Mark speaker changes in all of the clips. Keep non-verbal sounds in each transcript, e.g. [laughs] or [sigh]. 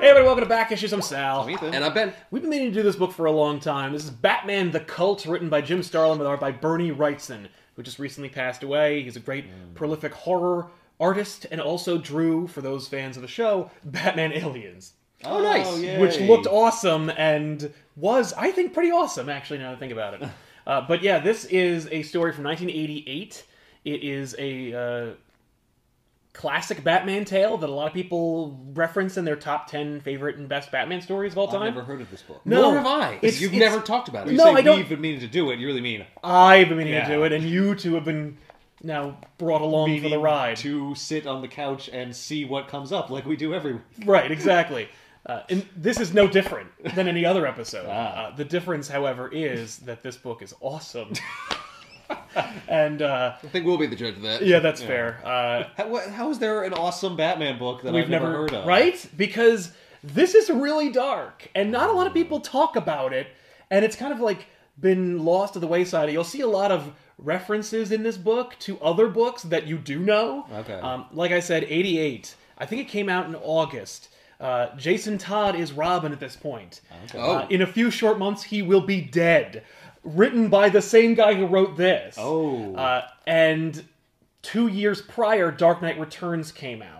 Speaker 1: Hey everybody, welcome to Back Issues. I'm Sal.
Speaker 2: And I've been.
Speaker 1: We've been meaning to do this book for a long time. This is Batman the Cult, written by Jim Starlin with art by Bernie Wrightson, who just recently passed away. He's a great, prolific horror artist and also drew, for those fans of the show, Batman Aliens,
Speaker 2: Oh, nice.
Speaker 1: which looked awesome and was, I think, pretty awesome, actually, now that I think about
Speaker 2: [laughs]
Speaker 1: it. uh, but yeah, this is a story from 1988. It is a. Uh, Classic Batman tale that a lot of people reference in their top ten favorite and best Batman stories of all time.
Speaker 2: I've never heard of this book.
Speaker 1: No.
Speaker 2: Nor have I. 'cause
Speaker 1: It's-
Speaker 2: You've
Speaker 1: it's-
Speaker 2: never talked about it.
Speaker 1: You No, say I don't-
Speaker 2: We've
Speaker 1: we've
Speaker 2: been meaning to do it. You really mean
Speaker 1: I've been meaning
Speaker 2: Yeah.
Speaker 1: to do it, and you two have been now brought along for the ride.
Speaker 2: to sit on the couch and see what comes up, like we do every week.
Speaker 1: Right, exactly. Uh, and this is no different than any other episode.
Speaker 2: Ah.
Speaker 1: Uh, the difference, however, is that this book is awesome. [laughs] and uh,
Speaker 3: I think we'll be the judge of that.
Speaker 1: yeah, that's fair. Uh,
Speaker 2: How, what- how is there an awesome Batman book that
Speaker 1: we've
Speaker 2: I've
Speaker 1: never,
Speaker 2: never, heard of?
Speaker 1: right because this is really dark, and not a lot of
Speaker 2: Mm.
Speaker 1: people talk about it, and it's kind of like been lost to the wayside. You'll see a lot of references in this book to other books that you do know.
Speaker 2: Okay.
Speaker 1: Um, like I said, 88. I think it came out in August. Uh, Jason Todd is Robin at this point.
Speaker 2: Okay.
Speaker 3: Oh.
Speaker 1: Uh, in a few short months, he will be dead. Written by the same guy who wrote this.
Speaker 2: Oh.
Speaker 1: Uh, and two years prior, Dark Knight Returns came out.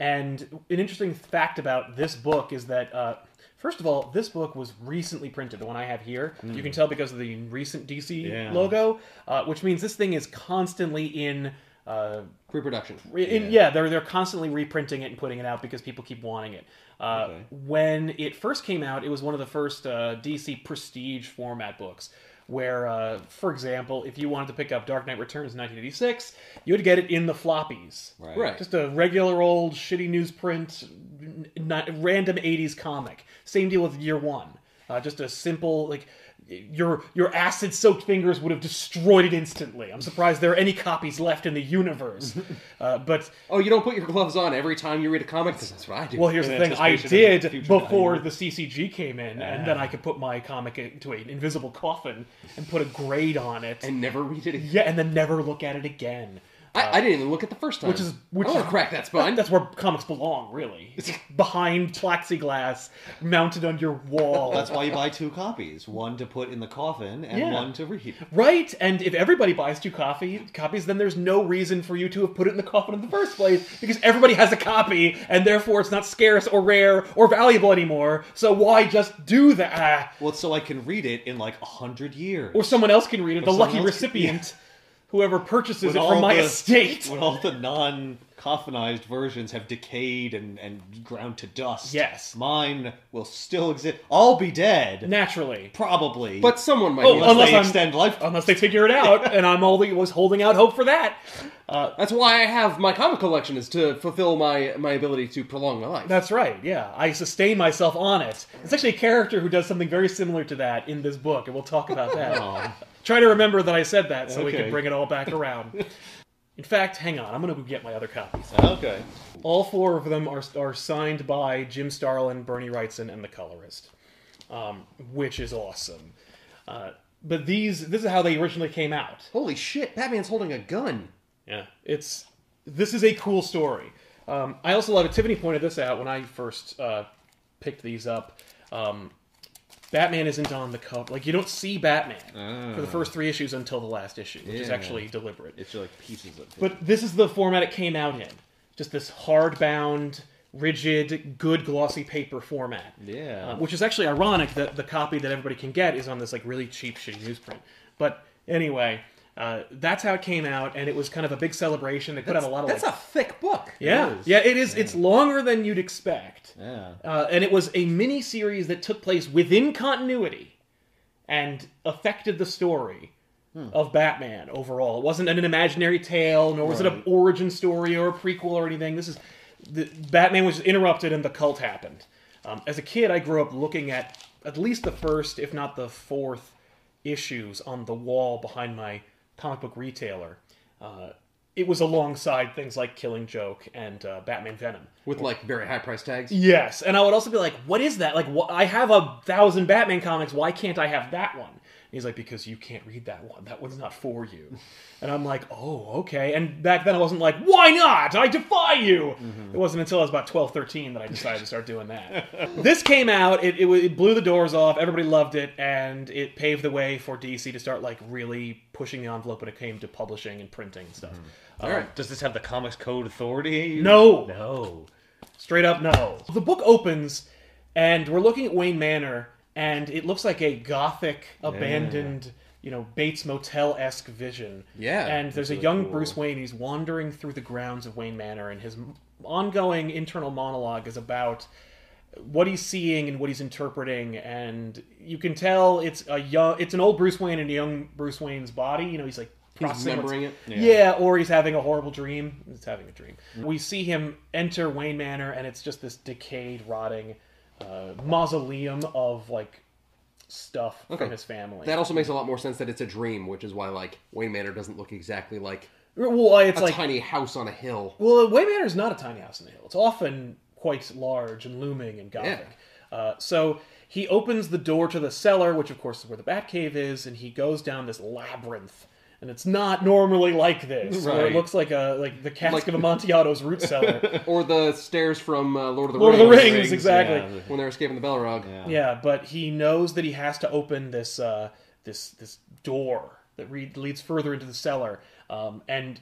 Speaker 1: And an interesting fact about this book is that, uh, first of all, this book was recently printed, the one I have here. You can tell because of the recent DC
Speaker 2: Yeah.
Speaker 1: logo, uh, which means this thing is constantly in. Uh,
Speaker 3: Pre-production.
Speaker 1: in, yeah. yeah, they're they're constantly reprinting it and putting it out because people keep wanting it. Uh,
Speaker 2: Okay.
Speaker 1: When it first came out, it was one of the first uh, DC prestige format books. Where, uh, for example, if you wanted to pick up Dark Knight Returns in 1986, you would get it in the floppies.
Speaker 2: Right.
Speaker 3: Right.
Speaker 1: Just a regular old shitty newsprint, n- not, random '80s comic. Same deal with Year One. Uh, just a simple like your your acid-soaked fingers would have destroyed it instantly. I'm surprised there are any copies left in the
Speaker 2: [laughs]
Speaker 1: universe. uh, but
Speaker 3: Oh, you don't put your gloves on every time you read a comic because that's what I do.
Speaker 1: well, here's
Speaker 2: In
Speaker 1: the thing: I
Speaker 2: anticipation of the
Speaker 1: did
Speaker 2: future
Speaker 1: before
Speaker 2: value.
Speaker 1: the CCG came in, and then I could put my comic into an invisible coffin and put a grade on it.
Speaker 3: and never read it again.
Speaker 1: yeah, and then never look at it again.
Speaker 3: I, I didn't even look at the first time.
Speaker 1: Uh, which is- which
Speaker 3: I want
Speaker 1: is-
Speaker 3: to
Speaker 1: [laughs]
Speaker 3: crack that spine.
Speaker 1: That's where comics belong,
Speaker 2: [laughs]
Speaker 1: really. Behind plexiglass, mounted on your wall.
Speaker 2: That's why you buy two copies one to put in the coffin and
Speaker 1: Yeah.
Speaker 2: one to read.
Speaker 1: right. And if everybody buys two coffee copies, then there's no reason for you to have put it in the coffin in the first place because everybody has a copy, and therefore it's not scarce or rare or valuable anymore. So why just do that?
Speaker 2: Well, so I can read it in like a hundred years.
Speaker 1: or someone else can read it. The
Speaker 2: someone
Speaker 1: lucky
Speaker 2: else can-
Speaker 1: recipient, whoever purchases
Speaker 2: When
Speaker 1: it from
Speaker 2: all
Speaker 1: my
Speaker 2: the-
Speaker 1: estate.
Speaker 2: When all the non coffinized versions have decayed and, and ground to dust.
Speaker 1: Yes.
Speaker 2: Mine will still exist. I'll be dead.
Speaker 1: Naturally,
Speaker 2: Probably.
Speaker 3: but someone might.
Speaker 1: Oh,
Speaker 3: be
Speaker 2: unless,
Speaker 1: unless
Speaker 2: they
Speaker 1: I'm-
Speaker 2: extend life.
Speaker 1: unless they figure it
Speaker 2: [laughs]
Speaker 1: out, and I'm only was holding out hope for that.
Speaker 3: that's why I have my comic collection is to fulfill my my ability to prolong my life.
Speaker 1: That's right. Yeah, I sustain myself on it. It's actually a character who does something very similar to that in this book, and we'll talk about that. Try to remember that I said that so we
Speaker 2: Okay.
Speaker 1: can bring it all back around. In fact, hang on. I'm going to go get my other copies.
Speaker 2: okay.
Speaker 1: All four of them are, are signed by Jim Starlin, Bernie Wrightson, and the colorist, um, which is awesome. Uh, but these, this is how they originally came out.
Speaker 3: Holy shit! Batman's holding a gun.
Speaker 1: Yeah, it's this is a cool story. Um, I also love it. Tiffany pointed this out when I first uh, picked these up. Um, Batman isn't on the cover. Like you don't see Batman for the first three issues until the last issue, which is
Speaker 3: Yeah.
Speaker 1: actually deliberate.
Speaker 2: It's like pieces of
Speaker 1: But this is the format it came out in. Just this hardbound, rigid, good glossy paper format.
Speaker 2: Yeah.
Speaker 1: Uh, which is actually ironic that the copy that everybody can get is on this like really cheap shitty newsprint. But anyway, uh, that's how it came out, and it was kind of a big celebration. They put out a lot of
Speaker 3: That's
Speaker 1: like,
Speaker 3: a thick book.
Speaker 1: yeah,
Speaker 2: it is.
Speaker 1: yeah, it is. It's longer than you'd expect.
Speaker 2: Yeah.
Speaker 1: Uh, and it was a mini series that took place within continuity and affected the story of Batman overall. It wasn't an imaginary tale, nor was it an origin story or a prequel or anything. This is the, Batman was interrupted and the cult happened. Um, as a kid, I grew up looking at at least the first, if not the fourth, issues on the wall behind my comic book retailer. Uh, it was alongside things like Killing Joke and uh, Batman Venom.
Speaker 3: With like very high price tags.
Speaker 1: Yes, and I would also be like, "What is that? Like, wh- I have a thousand Batman comics. Why can't I have that one?" he's like, because you can't read that one. That one's not for
Speaker 3: [laughs]
Speaker 1: you. And I'm like, oh, okay. And back then I wasn't like, why not? I defy you.
Speaker 3: Mm-hmm.
Speaker 1: It wasn't until I was about 12, 13 that I decided to start doing
Speaker 3: [laughs]
Speaker 1: that. this came out. It, it, w- it blew the doors off. Everybody loved it. And it paved the way for DC to start like really pushing the envelope when it came to publishing and printing and stuff.
Speaker 3: Mm-hmm.
Speaker 1: Uh,
Speaker 3: All right.
Speaker 4: Does this have the Comics Code Authority?
Speaker 1: No.
Speaker 4: No.
Speaker 1: Straight up, no. The book opens, and we're looking at Wayne Manor, and it looks like a gothic, abandoned, you know, Bates Motel esque vision.
Speaker 3: Yeah,
Speaker 1: And there's a
Speaker 4: really
Speaker 1: young
Speaker 4: cool.
Speaker 1: Bruce Wayne. He's wandering through the grounds of Wayne Manor, and his m- ongoing internal monologue is about what he's seeing and what he's interpreting and you can tell it's a young it's an old bruce wayne in a young bruce wayne's body you know he's like processing what's-
Speaker 3: remembering it.
Speaker 1: yeah. or he's having a horrible dream he's having a dream we see him enter wayne manor and it's just this decayed rotting uh, mausoleum of like stuff
Speaker 3: Okay.
Speaker 1: from his family
Speaker 3: That also makes a lot more sense that it's a dream, which is why like Wayne Manor doesn't look exactly like
Speaker 1: well it's
Speaker 3: a
Speaker 1: like
Speaker 3: tiny house on a hill.
Speaker 1: Well, Way Manor is not a tiny house in the hill. It's often quite large and looming and gothic. Uh, so he opens the door to the cellar, which of course is where the Batcave is, and he goes down this labyrinth. And it's not normally like this. Where
Speaker 2: Right.
Speaker 1: it looks like a like the cask of Amontillato's root
Speaker 2: [laughs]
Speaker 1: cellar.
Speaker 3: Or the stairs from uh, Lord of the
Speaker 1: Lord of
Speaker 3: Rings.
Speaker 1: the Rings,
Speaker 2: Rings,
Speaker 1: exactly.
Speaker 2: yeah.
Speaker 3: When they're escaping the Belrog.
Speaker 2: Um,
Speaker 1: Yeah, but he knows that he has to open this uh, this this door that re- leads further into the cellar, um, and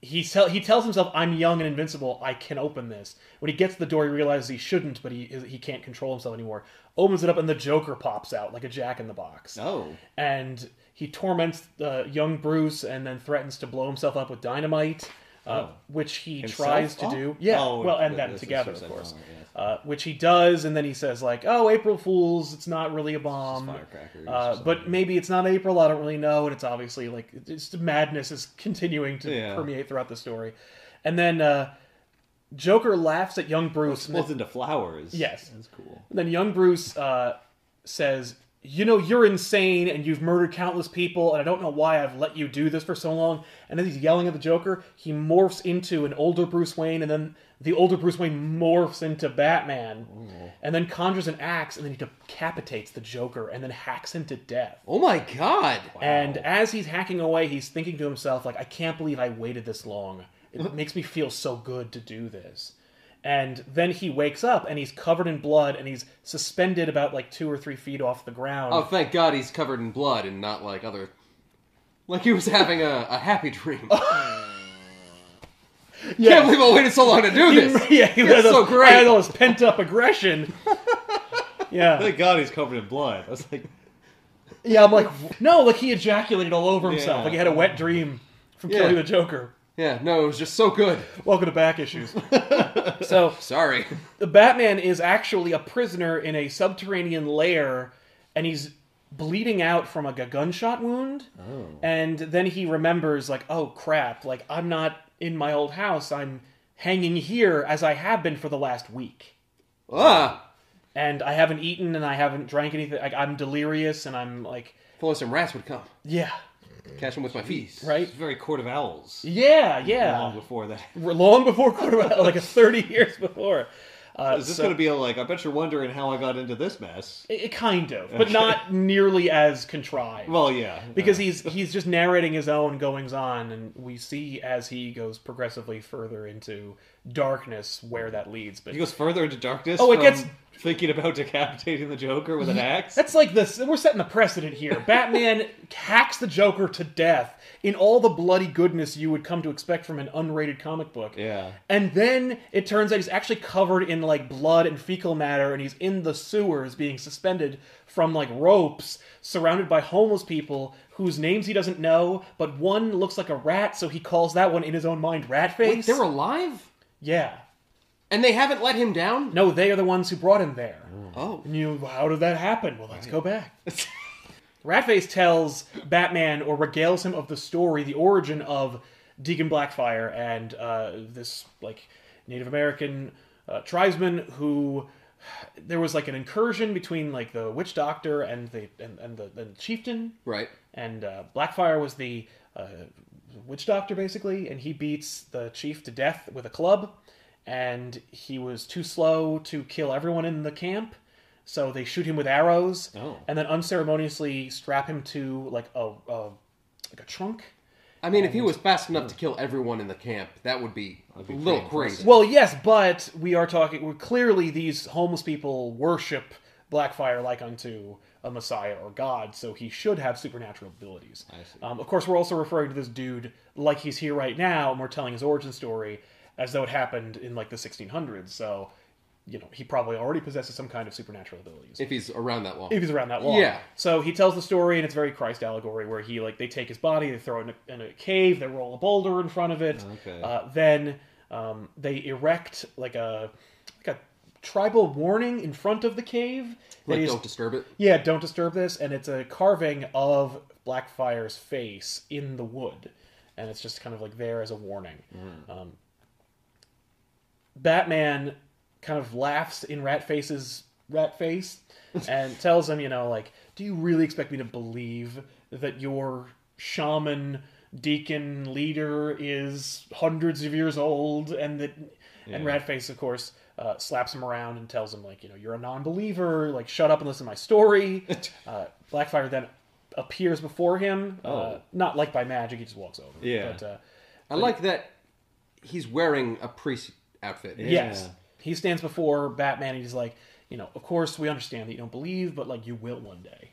Speaker 1: he tell- he tells himself, "I'm young and invincible. I can open this." When he gets to the door, he realizes he shouldn't, but he he can't control himself anymore. Opens it up, and the Joker pops out like a Jack in the Box
Speaker 2: Oh.
Speaker 1: and he torments uh, young Bruce and then threatens to blow himself up with dynamite, uh, which he
Speaker 2: Oh. Himself
Speaker 1: tries to
Speaker 2: up?
Speaker 1: do. Yeah,
Speaker 2: Oh,
Speaker 1: well, and
Speaker 2: th-
Speaker 1: them
Speaker 2: this is
Speaker 1: together, of
Speaker 2: suicide
Speaker 1: course.
Speaker 2: bomber,
Speaker 1: Uh, which he does, and then he says like, "Oh, April Fools! It's not really a bomb,
Speaker 2: firecrackers or
Speaker 1: uh, but maybe it's not April. I don't really know." And it's obviously like it's madness is continuing to
Speaker 2: Yeah.
Speaker 1: permeate throughout the story, and then uh, Joker laughs at young Bruce. and
Speaker 2: Explodes into flowers.
Speaker 1: Yes.
Speaker 2: That's cool.
Speaker 1: then young Bruce uh, says, "You know you're insane, and you've murdered countless people, and I don't know why I've let you do this for so long." And as he's yelling at the Joker, he morphs into an older Bruce Wayne, and then the older Bruce Wayne morphs into Batman, and then conjures an axe, and then he decapitates the Joker, and then hacks him to death.
Speaker 3: Oh my god.
Speaker 1: And as he's hacking away, he's thinking to himself, like, I can't believe I waited this long.
Speaker 3: Mm-hmm.
Speaker 1: It makes me feel so good to do this. And then he wakes up and he's covered in blood and he's suspended about like two or three feet off the ground.
Speaker 3: Oh, thank God he's covered in blood and not like other. Like he was having a, a happy dream.
Speaker 1: [laughs]
Speaker 3: Can't believe I waited so long to do
Speaker 1: [laughs]
Speaker 3: this.
Speaker 1: yeah, he
Speaker 3: That's
Speaker 1: had all-
Speaker 3: so great.
Speaker 1: Had all his pent up
Speaker 3: [laughs]
Speaker 1: aggression. yeah,
Speaker 2: Thank God he's covered in blood. I was like,
Speaker 1: yeah. I'm like, no, like he ejaculated all over himself.
Speaker 2: Yeah.
Speaker 1: Like he had a wet dream from
Speaker 3: Yeah.
Speaker 1: killing the Joker.
Speaker 3: Yeah, no, it was just so good.
Speaker 1: Welcome to back
Speaker 3: [laughs]
Speaker 1: issues. so [laughs]
Speaker 3: Sorry.
Speaker 1: the Batman is actually a prisoner in a subterranean lair, and he's bleeding out from like a gunshot wound. Oh. And then he remembers, like, oh crap! Like I'm not in my old house. I'm hanging here as I have been for the last week,
Speaker 3: Ah,
Speaker 1: and I haven't eaten and I haven't drank anything. Like I'm delirious and I'm like,
Speaker 3: if only some rats would come.
Speaker 1: yeah,
Speaker 3: Catch them with my feet.
Speaker 1: right,
Speaker 2: it's very Court of Owls.
Speaker 1: yeah, yeah.
Speaker 2: Long before that. [laughs]
Speaker 1: Long before [laughs] quarterback, like thirty years before. Uh,
Speaker 2: Is this
Speaker 1: so-
Speaker 2: going to be a, like, I bet you're wondering how I got into this mess.
Speaker 1: It, it kind of, but not nearly as contrived.
Speaker 2: Well, yeah.
Speaker 1: because he's he's just narrating his own goings on, and we see as he goes progressively further into darkness where that leads. But
Speaker 2: He goes further into darkness.
Speaker 1: Oh, it
Speaker 2: from
Speaker 1: gets-
Speaker 2: thinking about [laughs] decapitating the Joker with
Speaker 1: [laughs]
Speaker 2: an axe.
Speaker 1: that's like this. We're setting the precedent
Speaker 2: [laughs]
Speaker 1: here. Batman hacks the Joker to death in all the bloody goodness you would come to expect from an unrated comic book.
Speaker 2: Yeah.
Speaker 1: And then it turns out he's actually covered in like blood and fecal matter, and he's in the sewers being suspended from like ropes, surrounded by homeless people whose names he doesn't know, but one looks like a rat, so he calls that one in his own mind Ratface.
Speaker 3: Wait, they're alive?
Speaker 1: yeah.
Speaker 3: And they haven't let him down?
Speaker 1: No, they are the ones who brought him there.
Speaker 3: Oh.
Speaker 1: And you, how did that happen? Well, let's go back. [laughs] Ratface tells Batman or regales him of the story, the origin of Deacon Blackfire and uh, this like Native American uh, tribesman who there was like an incursion between like the witch doctor and the and, and the, and the chieftain
Speaker 3: Right.
Speaker 1: and uh, Blackfire was the uh, witch doctor basically, and he beats the chief to death with a club. And he was too slow to kill everyone in the camp, So they shoot him with arrows,
Speaker 2: Oh.
Speaker 1: and then unceremoniously strap him to like a, a like a trunk.
Speaker 3: I mean, if
Speaker 1: Oh,
Speaker 3: he was fast enough to kill everyone in the camp, that would be,
Speaker 2: be
Speaker 3: a little
Speaker 2: pretty impressive.
Speaker 3: crazy.
Speaker 1: Well, yes, but we are talking. We're clearly, these homeless people worship Blackfire like unto a messiah or god, so he should have supernatural abilities. I
Speaker 2: see.
Speaker 1: Um, of course, we're also referring to this dude like he's here right now, and we're telling his origin story as though it happened in like the 1600s. So, you know, he probably already possesses some kind of supernatural abilities.
Speaker 3: if he's around that long.
Speaker 1: if he's around that long.
Speaker 3: Yeah.
Speaker 1: So he tells the story, and it's very Christ allegory, where he like they take his body, they throw it in a, in a cave, they roll a boulder in front of
Speaker 3: Oh,
Speaker 1: it.
Speaker 2: Okay.
Speaker 1: Uh, then um, they erect like a like a tribal warning in front of the cave. that
Speaker 3: like,
Speaker 1: is-
Speaker 3: don't disturb it.
Speaker 1: yeah, don't disturb this, and it's a carving of Blackfire's face in the wood, and it's just kind of like there as a warning.
Speaker 3: Mm-hmm.
Speaker 1: Um, Batman kind of laughs in Ratface's rat face
Speaker 2: [laughs]
Speaker 1: and tells him, you know, like, do you really expect me to believe that your shaman deacon leader is hundreds of years old and that and Ratface, of course, uh, slaps him around and tells him, like, you know, you're a non-believer. Like, shut up and listen to my
Speaker 2: [laughs]
Speaker 1: story. uh, Blackfire then appears before him, uh,
Speaker 2: Oh.
Speaker 1: not like by magic. He just walks over.
Speaker 2: Yeah.
Speaker 1: But, uh,
Speaker 3: I like that he's wearing a priest outfit.
Speaker 1: Yes.
Speaker 2: Yeah.
Speaker 1: He stands before Batman and he's like, you know, of course we understand that you don't believe, but like you will one day.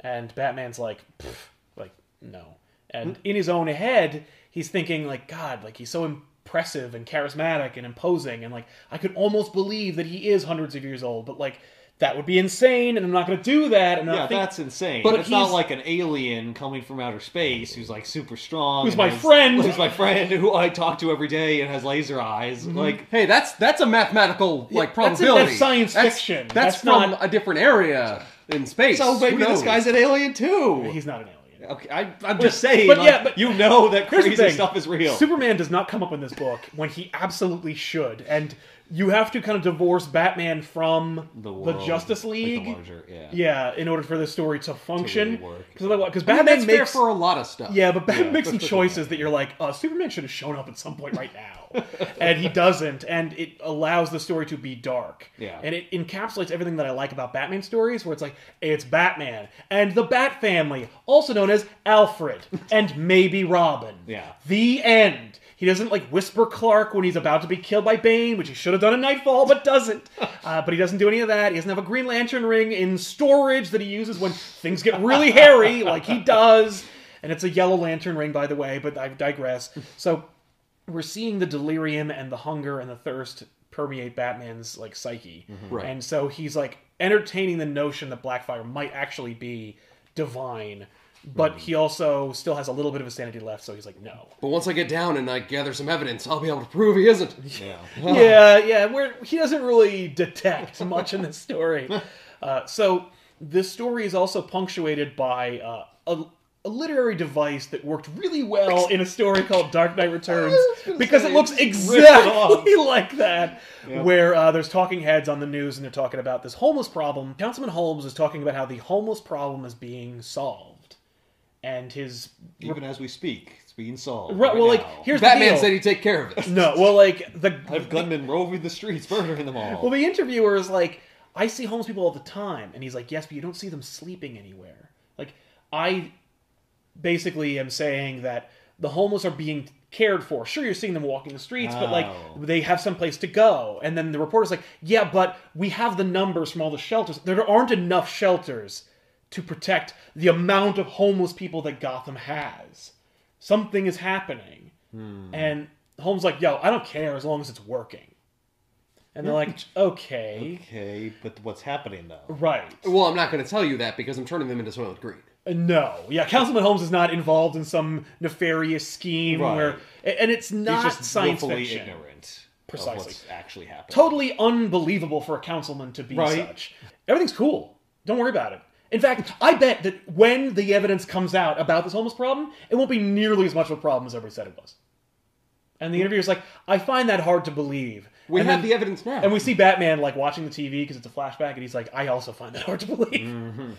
Speaker 1: And Batman's like, "Pff," like no.
Speaker 2: Hmm.
Speaker 1: And in his own head, he's thinking like, God, like he's so impressive and charismatic and imposing, and like I could almost believe that he is hundreds of years old, but like that would be insane, and I'm not going to do that. And
Speaker 2: Yeah,
Speaker 1: I think
Speaker 2: that's insane.
Speaker 1: but
Speaker 2: But it's not
Speaker 1: he's-
Speaker 2: like an alien coming from outer space who's like super strong.
Speaker 1: Who's
Speaker 2: and
Speaker 1: my
Speaker 2: has-
Speaker 1: friend.
Speaker 2: Who's my friend who I talk to every day and has laser eyes.
Speaker 1: Mm-hmm.
Speaker 2: Like,
Speaker 3: Hey, that's that's a mathematical like
Speaker 1: that's- that's
Speaker 3: probability.
Speaker 1: science
Speaker 3: That's-
Speaker 1: fiction.
Speaker 3: That's,
Speaker 1: That's
Speaker 3: from
Speaker 1: not-
Speaker 3: a different area in space.
Speaker 2: so
Speaker 3: Who
Speaker 2: maybe this
Speaker 3: knows?
Speaker 2: guy's an alien too.
Speaker 1: he's not an alien.
Speaker 2: okay, I, I'm just saying.
Speaker 1: but
Speaker 2: like,
Speaker 1: yeah, but-
Speaker 2: you know that
Speaker 1: Here's the
Speaker 2: crazy
Speaker 1: thing.
Speaker 2: stuff is real.
Speaker 1: Superman does not come up in this book when he absolutely should, and you have to kind of divorce Batman from
Speaker 2: the, world,
Speaker 1: Justice
Speaker 2: like, the
Speaker 1: League.
Speaker 2: larger, yeah.
Speaker 1: yeah, in order for this story to function,
Speaker 2: really work.
Speaker 1: because because
Speaker 3: I mean,
Speaker 1: Batman
Speaker 3: that's fair
Speaker 1: makes
Speaker 3: for a lot of stuff.
Speaker 1: yeah, but Batman
Speaker 2: [laughs]
Speaker 1: makes some
Speaker 2: especially
Speaker 1: choices that you're like, uh, Superman should have shown up at some point right now, and he doesn't, and it allows the story to be dark.
Speaker 2: Yeah.
Speaker 1: and it encapsulates everything that I like about Batman stories, where it's like it's Batman and the Bat Family, also known as Alfred and maybe Robin.
Speaker 2: Yeah.
Speaker 1: the end. He doesn't like whisper Clark when he's about to be killed by Bane, which he should have done in Nightfall, but doesn't. Uh, but he doesn't do any of that. He doesn't have a Green Lantern ring in storage that he uses when things get really hairy, like he does. And it's a yellow lantern ring, by the way, but I digress. So we're seeing the delirium and the hunger and the thirst permeate Batman's like psyche.
Speaker 3: Right.
Speaker 1: And so he's like entertaining the notion that Blackfire might actually be divine, but he also still has a little bit of his sanity left, so he's like, no.
Speaker 3: But once I get down and I gather some evidence, I'll be able to prove
Speaker 1: [laughs]
Speaker 3: he isn't.
Speaker 2: Yeah.
Speaker 1: yeah, yeah. We're, he doesn't really detect much in this story. Uh, so this story is also punctuated by uh, a, a literary device that worked really well in a story called Dark Knight Returns because it looks exactly [laughs] like that, where uh, there's talking heads on the news and they're talking about this homeless problem. Councilman Holmes is talking about how the homeless problem is being solved, and his
Speaker 2: Even as we speak, it's being solved.
Speaker 1: right,
Speaker 2: right
Speaker 1: well, like
Speaker 2: now.
Speaker 1: here's the
Speaker 3: Batman
Speaker 1: deal.
Speaker 3: said he'd take care of it. [laughs]
Speaker 1: no, well, like the
Speaker 2: I have gunmen roving the streets, [laughs] murdering them all.
Speaker 1: Well, the interviewer is like, I see homeless people all the time. And he's like, yes, but you don't see them sleeping anywhere. Like, I basically am saying that the homeless are being cared for. Sure, you're seeing them walking the streets, but like,
Speaker 2: Oh.
Speaker 1: they have some place to go. And then the reporter's like, yeah, but we have the numbers from all the shelters. There aren't enough shelters to protect the amount of homeless people that Gotham has. Something is happening. And Holmes' like, yo, I don't care as long as it's working. And they're like, okay,
Speaker 2: [laughs] okay, but what's happening though?
Speaker 1: right. Uh,
Speaker 3: Well, I'm not going to tell you that because I'm turning them into Soylent Green.
Speaker 1: No. Yeah, Councilman Holmes is not involved in some nefarious scheme
Speaker 2: Right.
Speaker 1: where. And it's not
Speaker 2: He's just
Speaker 1: science
Speaker 2: willfully
Speaker 1: fiction.
Speaker 2: ignorant
Speaker 1: Precisely.
Speaker 2: of what's actually happening.
Speaker 1: Totally unbelievable for a councilman to be
Speaker 2: Right.
Speaker 1: such. Everything's cool. Don't worry about it. In fact, I bet that when the evidence comes out about this homeless problem, it won't be nearly as much of a problem as everybody said it was. And the interviewer's like, I find that hard to believe.
Speaker 3: We
Speaker 1: and
Speaker 3: have
Speaker 1: then-
Speaker 3: the evidence now.
Speaker 1: And we see Batman like watching the TV because it's a flashback, and he's like, "I also find that hard to believe."
Speaker 3: Mm-hmm.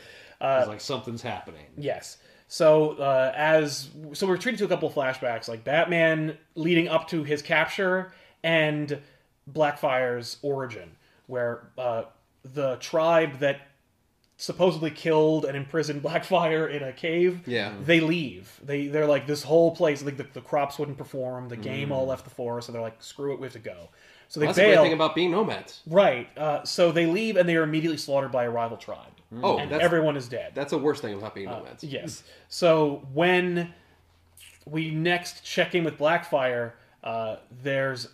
Speaker 2: it's like something's happening.
Speaker 1: [laughs] Yes. So uh, as so we're treated to a couple flashbacks, like Batman leading up to his capture and Blackfire's origin, where uh, the tribe that supposedly killed and imprisoned Blackfire in a cave.
Speaker 3: Yeah.
Speaker 1: They leave. They they're like this whole place like the, the crops wouldn't perform, the game all left the forest, so they're like screw it, we have to go. So they
Speaker 3: Mm. That's the
Speaker 1: bail.
Speaker 3: great thing about being nomads.
Speaker 1: right. Uh, so they leave and they are immediately slaughtered by a rival tribe.
Speaker 3: Oh,
Speaker 1: and Uh,
Speaker 3: that's
Speaker 1: everyone is dead.
Speaker 3: that's hmm. the worst thing about being nomads.
Speaker 1: Yes. So when we next check in with Blackfire, uh, there's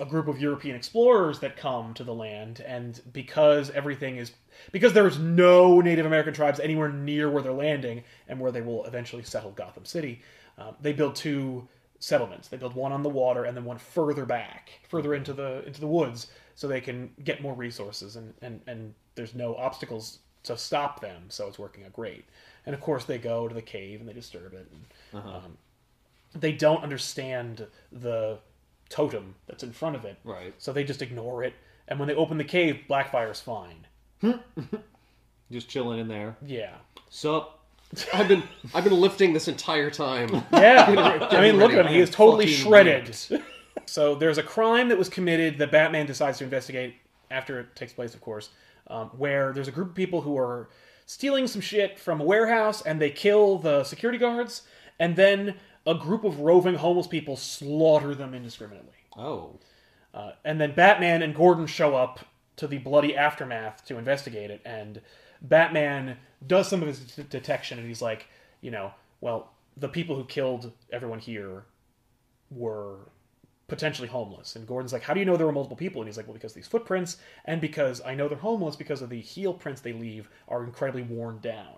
Speaker 1: a group of European explorers that come to the land, and because everything is because there's no Native American tribes anywhere near where they're landing and where they will eventually settle Gotham City, um, they build two settlements. They build one on the water and then one further back, further into the into the woods, so they can get more resources and and and there's no obstacles to stop them. So it's working out great. And of course, they go to the cave and they disturb it. And, um, they don't understand the totem that's in front of it.
Speaker 2: Right.
Speaker 1: So they just ignore it. And when they open the cave, Blackfire's fine.
Speaker 2: Just chilling in there.
Speaker 1: Yeah.
Speaker 2: Sup?
Speaker 3: I've been I've been lifting this
Speaker 1: [laughs]
Speaker 3: entire time.
Speaker 1: Yeah. I mean, look at him. He is totally
Speaker 3: Fucking
Speaker 1: shredded. [laughs] so there's a crime that was committed that Batman decides to investigate after it takes place, of course, um, where there's a group of people who are stealing some shit from a warehouse and they kill the security guards. And then a group of roving homeless people slaughter them indiscriminately.
Speaker 3: Oh,
Speaker 1: Uh, and then Batman and Gordon show up to the bloody aftermath to investigate it. And Batman does some of his d- detection, and he's like, you know, well, the people who killed everyone here were potentially homeless. And Gordon's like, how do you know there were multiple people? And he's like, well, because of these footprints, and because I know they're homeless because of the heel prints they leave are incredibly worn down.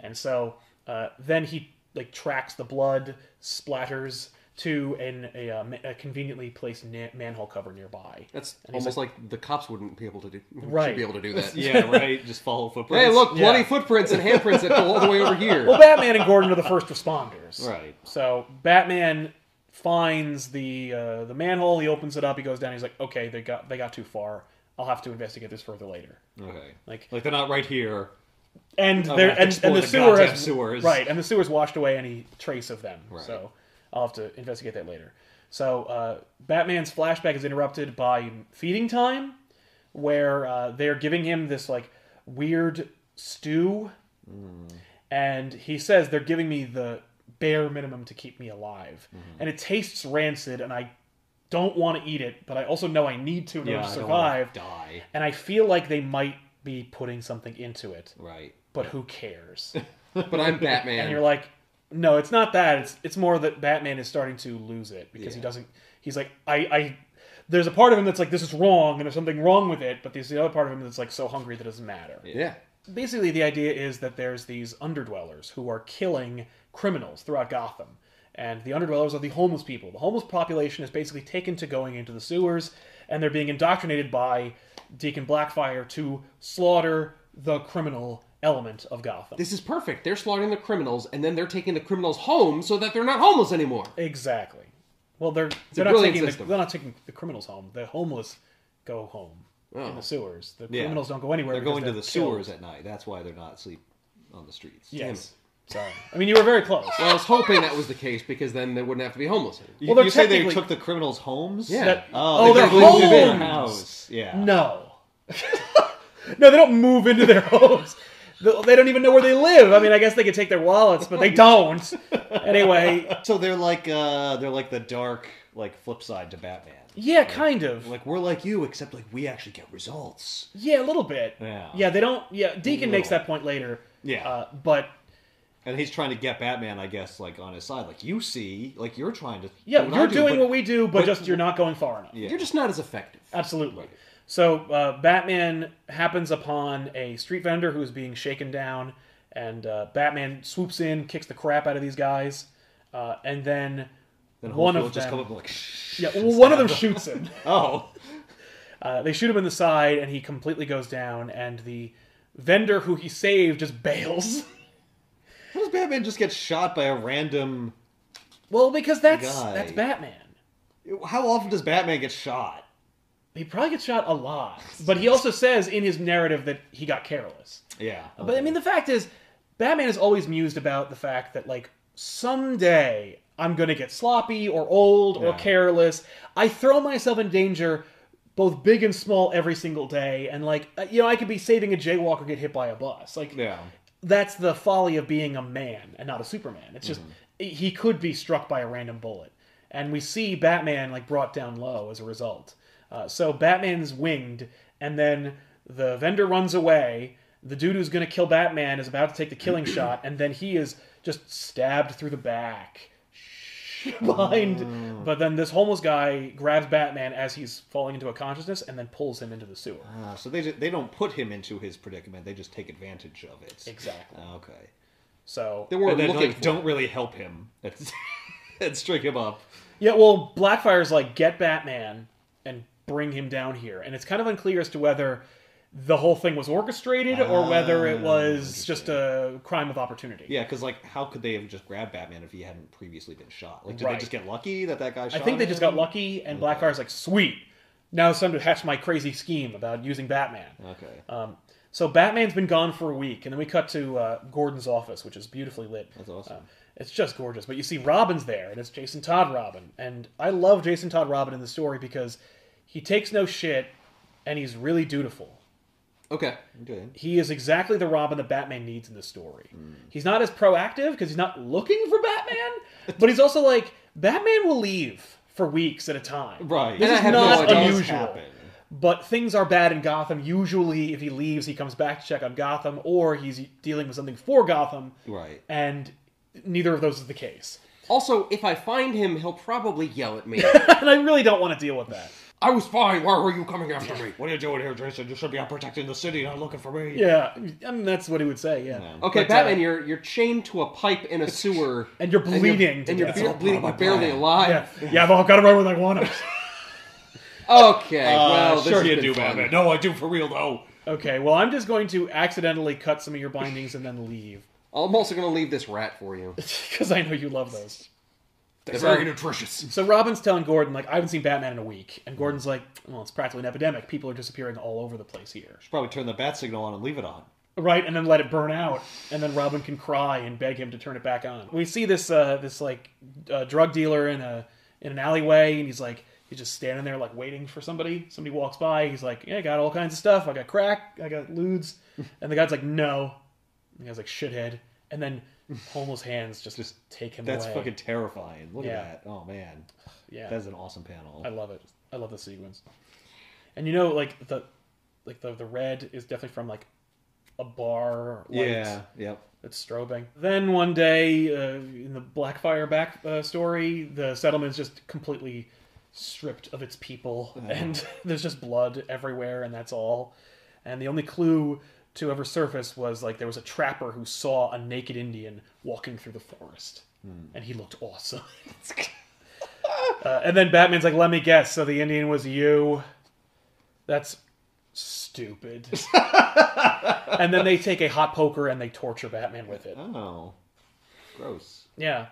Speaker 1: And so uh, then he like tracks the blood splatters to an, a, uh, ma- a conveniently placed na- manhole cover nearby.
Speaker 3: that's
Speaker 1: he's
Speaker 3: almost like, the cops wouldn't be able to do.
Speaker 1: Right.
Speaker 3: Should be able to do that.
Speaker 1: [laughs]
Speaker 2: Yeah, right. Just follow footprints.
Speaker 3: Hey, look,
Speaker 1: Yeah.
Speaker 3: bloody footprints and handprints that go all the way over
Speaker 1: [laughs]
Speaker 3: here.
Speaker 1: Well, Batman and Gordon are the first responders.
Speaker 2: [laughs] Right.
Speaker 1: So Batman finds the uh, the manhole. He opens it up. He goes down. He's like, okay, they got they got too far. I'll have to investigate this further later.
Speaker 2: Okay.
Speaker 1: Like,
Speaker 2: Like they're not right here.
Speaker 1: and
Speaker 2: I'm
Speaker 1: there
Speaker 2: gonna
Speaker 1: and,
Speaker 2: explore
Speaker 1: and the,
Speaker 2: the
Speaker 1: sewer
Speaker 2: goddamn
Speaker 1: has,
Speaker 2: sewers.
Speaker 1: right and the sewer's washed away any trace of them so i'll have to investigate that later so uh, batman's flashback is interrupted by feeding time where uh, they're giving him this like weird stew
Speaker 2: Hmm.
Speaker 1: and he says they're giving me the bare minimum to keep me alive
Speaker 2: Mm-hmm.
Speaker 1: and it tastes rancid and i don't want to eat it but i also know i need to in order
Speaker 2: Yeah,
Speaker 1: to
Speaker 2: I don't wanna
Speaker 1: survive
Speaker 2: Die.
Speaker 1: and i feel like they might be putting something into it
Speaker 2: Right.
Speaker 1: but who cares?
Speaker 3: But I'm Batman.
Speaker 1: and you're like, no, it's not that. It's it's more that Batman is starting to lose it because he doesn't. He's like, I, I. There's a part of him that's like, this is wrong, and there's something wrong with it. But there's the other part of him that's like, so hungry that it doesn't matter.
Speaker 3: yeah.
Speaker 1: Basically, the idea is that there's these underdwellers who are killing criminals throughout Gotham. And the underdwellers are the homeless people. The homeless population is basically taken to going into the sewers, and they're being indoctrinated by Deacon Blackfire to slaughter the criminal element of Gotham.
Speaker 3: This is perfect. They're slaughtering the criminals, and then they're taking the criminals home so that they're not homeless anymore.
Speaker 1: Exactly. Well, they're
Speaker 3: a
Speaker 1: they're not
Speaker 3: brilliant
Speaker 1: taking the,
Speaker 3: system.
Speaker 1: they're not taking the criminals home. The homeless go home in the sewers. The criminals don't go anywhere.
Speaker 2: Oh. They're
Speaker 1: because
Speaker 2: going to the
Speaker 1: killed.
Speaker 2: sewers at night. That's why they're not sleep on the streets.
Speaker 1: Yes. Sorry. I mean, you were very close.
Speaker 3: Well, I was hoping that was the case because then they wouldn't have to be homeless. anymore.
Speaker 2: You,
Speaker 1: they're
Speaker 2: you say they
Speaker 1: technically-
Speaker 2: took the criminals' homes?
Speaker 3: Yeah.
Speaker 1: That-
Speaker 2: Oh,
Speaker 1: oh,
Speaker 2: they
Speaker 1: they're
Speaker 2: just moved into their
Speaker 1: homes.
Speaker 2: house. Yeah.
Speaker 1: No. [laughs] no, they don't move into their homes. They they don't even know where they live. I mean, I guess they could take their wallets, but they don't. Anyway,
Speaker 2: So they're like uh they're like the dark like flip side to Batman.
Speaker 1: yeah, kind of.
Speaker 2: Like we're like you, except like we actually get results.
Speaker 1: Yeah, a little bit.
Speaker 2: Yeah.
Speaker 1: Yeah, they don't. Yeah, Deacon makes that point later.
Speaker 2: Yeah.
Speaker 1: Uh, but
Speaker 2: And he's trying to get Batman, I guess, like on his side. Like you see, like you're trying to.
Speaker 1: yeah,
Speaker 2: do what I
Speaker 1: you're
Speaker 2: do,
Speaker 1: doing
Speaker 2: but-
Speaker 1: what we do, but just you're not going far enough.
Speaker 2: Yeah.
Speaker 3: You're just not as effective.
Speaker 1: Absolutely. So uh, Batman happens upon a street vendor who is being shaken down, and uh, Batman swoops in, kicks the crap out of these guys, uh, and then,
Speaker 2: Then
Speaker 1: one
Speaker 2: Holyfield
Speaker 1: of
Speaker 2: just
Speaker 1: them.
Speaker 2: come up and like. Shh. [laughs]
Speaker 1: yeah, well, one of them shoots [laughs] him.
Speaker 2: Oh.
Speaker 1: Uh, they shoot him in the side, and he completely goes down. And the vendor who he saved just bails.
Speaker 2: How does Batman just get shot by a random?
Speaker 1: [laughs] well, because that's
Speaker 2: Guy.
Speaker 1: that's Batman.
Speaker 2: How often does Batman get shot?
Speaker 1: He probably gets shot a
Speaker 2: [laughs]
Speaker 1: lot, but he also says in his narrative that he got careless.
Speaker 2: Yeah.
Speaker 1: But I mean, the fact is, Batman is always mused about the fact that like someday I'm gonna get sloppy or old or
Speaker 2: Yeah.
Speaker 1: careless. I throw myself in danger both big and small every single day and like uh, you know i could be saving a jaywalker get hit by a bus like
Speaker 2: Yeah.
Speaker 1: that's the folly of being a man and not a superman it's just he could be struck by a random bullet and we see batman like brought down low as a result uh, so batman's winged and then the vendor runs away the dude who's going to kill batman is about to take the killing shot and then he is just stabbed through the back [laughs] behind. But then this homeless guy grabs Batman as he's falling into a consciousness and then pulls him into the sewer.
Speaker 2: Ah, so they just, they don't put him into his predicament. They just take advantage of it.
Speaker 1: Exactly.
Speaker 2: Okay.
Speaker 1: So
Speaker 3: They weren't
Speaker 2: And then,
Speaker 3: looking
Speaker 2: like,
Speaker 3: for
Speaker 2: don't
Speaker 3: it.
Speaker 2: really help him. That's [laughs] and string him up.
Speaker 1: yeah, well, Blackfire's like get Batman and bring him down here, and it's kind of unclear as to whether the whole thing was orchestrated or whether it was just a crime of opportunity.
Speaker 2: Ah, Yeah, because like, how could they have just grabbed Batman if he hadn't previously been shot? Like, did
Speaker 1: Right.
Speaker 2: they just get lucky that that guy?
Speaker 1: I
Speaker 2: Shot
Speaker 1: think they just
Speaker 2: him?
Speaker 1: got lucky, and Blackfire's like sweet. Now it's time to hatch my crazy scheme about using Batman.
Speaker 2: Okay.
Speaker 4: uh,
Speaker 1: Um, so Batman's been gone for a week, and then we cut to uh, Gordon's office, which is beautifully lit.
Speaker 2: That's awesome.
Speaker 1: Uh, it's just gorgeous. But you see Robin's there, and it's Jason Todd Robin. And I love Jason Todd Robin in the story because he takes no shit, and he's really dutiful.
Speaker 3: Okay.
Speaker 2: okay.
Speaker 1: He is exactly the Robin that Batman needs in this story.
Speaker 2: Mm.
Speaker 1: He's not as proactive because he's not looking for
Speaker 2: [laughs]
Speaker 1: Batman, but he's also like, Batman will leave for weeks at a time.
Speaker 2: Right.
Speaker 3: This
Speaker 1: This
Speaker 3: And I
Speaker 1: is
Speaker 3: have no
Speaker 1: not
Speaker 3: idea.
Speaker 1: unusual. But things are bad in Gotham. Usually, if he leaves, he comes back to check on Gotham, or he's dealing with something for Gotham.
Speaker 2: Right.
Speaker 1: And neither of those is the case. [laughs]
Speaker 3: Also, if I find him, he'll probably yell at me.
Speaker 1: and I really don't want to deal with that.
Speaker 3: I was fine. Why were you coming after me?
Speaker 4: What are you doing here, Jason? You should be out protecting the city, not looking for me.
Speaker 1: Yeah, I mean that's what he would say. Yeah.
Speaker 2: Yeah.
Speaker 3: Okay,
Speaker 1: But, uh,
Speaker 3: Batman, you're you're chained to a pipe in a sewer,
Speaker 1: [laughs] And you're bleeding to
Speaker 3: and you're,
Speaker 1: death.
Speaker 3: be- bleeding,
Speaker 2: problem,
Speaker 3: but barely
Speaker 2: Batman.
Speaker 1: Yeah,
Speaker 3: alive.
Speaker 1: yeah, I've all got to run where I want to.
Speaker 3: Okay,
Speaker 2: Uh,
Speaker 3: well, this
Speaker 2: sure
Speaker 3: has
Speaker 2: you
Speaker 3: been
Speaker 2: do,
Speaker 3: fun.
Speaker 2: Batman.
Speaker 4: No, I do for real though.
Speaker 1: Okay, well, I'm just going to accidentally cut some of your bindings and then leave [laughs]
Speaker 3: I'm also gonna leave this rat for you.
Speaker 1: because I know you love those.
Speaker 4: They're very nutritious.
Speaker 1: So Robin's telling Gordon like I haven't seen Batman in a week, and Gordon's like, well, it's practically an epidemic. People are disappearing all over the place here.
Speaker 2: Should probably turn the bat signal on and leave it on.
Speaker 1: Right, and then let it burn out, and then Robin can cry and beg him to turn it back on. We see this uh, this like uh, drug dealer in a in an alleyway, and he's like he's just standing there like waiting for somebody. Somebody walks by, he's like, "Yeah, I got all kinds of stuff. I got crack, I got lewds,"
Speaker 2: [laughs]
Speaker 1: and the guy's like, "No," and the guy's like, "Shithead," and then homeless hands just just take him
Speaker 2: That's
Speaker 1: away.
Speaker 2: fucking terrifying. Look
Speaker 1: Yeah.
Speaker 2: at that. Oh man,
Speaker 1: yeah.
Speaker 2: that's an awesome panel.
Speaker 1: I love it. I love the sequence. And you know, like the like the the red is definitely from like a bar light
Speaker 2: yeah. Yep.
Speaker 1: that's strobing. Then one day uh, in the Blackfire back uh, story, the settlement's just completely stripped of its people, and [laughs] there's just blood everywhere, and that's all. And the only clue to ever surface was like there was a trapper who saw a naked Indian walking through the forest,
Speaker 2: Hmm.
Speaker 1: and he looked awesome. [laughs] Uh, and then Batman's like, "Let me guess. So the Indian was you." That's
Speaker 2: [laughs]
Speaker 1: stupid. and then they take a hot poker and they torture Batman with it.
Speaker 2: Oh, gross.
Speaker 1: Yeah,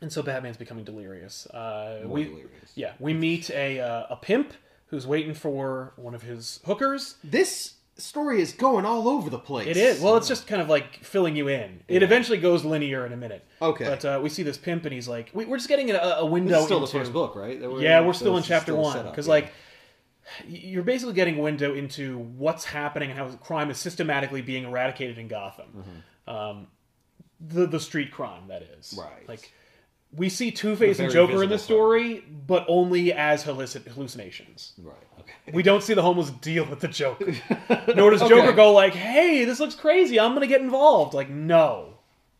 Speaker 1: and so Batman's becoming delirious. Uh,
Speaker 2: More
Speaker 1: we
Speaker 2: delirious.
Speaker 1: yeah we meet a uh, a pimp who's waiting for one of his hookers.
Speaker 3: This story is going all over the place.
Speaker 1: It is well, it's just kind of like filling you in. It eventually goes linear in a minute.
Speaker 3: Okay.
Speaker 1: but uh, we see this pimp and he's like, we, we're just getting a, a window.
Speaker 2: This is still
Speaker 1: into...
Speaker 2: the first book, right? That
Speaker 1: Yeah, we're
Speaker 2: so
Speaker 1: still in
Speaker 2: this is
Speaker 1: chapter
Speaker 2: still
Speaker 1: one
Speaker 2: setup,
Speaker 1: because
Speaker 2: yeah.
Speaker 1: like you're basically getting a window into what's happening and how crime is systematically being eradicated in Gotham. Um, the the street crime that is
Speaker 2: Mm-hmm. Right.
Speaker 1: Like we see Two Face
Speaker 2: The
Speaker 1: and
Speaker 2: very
Speaker 1: Joker in the
Speaker 2: visible
Speaker 1: story, but only as hallucin- hallucinations.
Speaker 2: right. Okay. [laughs]
Speaker 1: We don't see the homeless deal with the Joker. Nor does Joker go like, "Hey, this looks crazy. I'm gonna get involved." Like, no.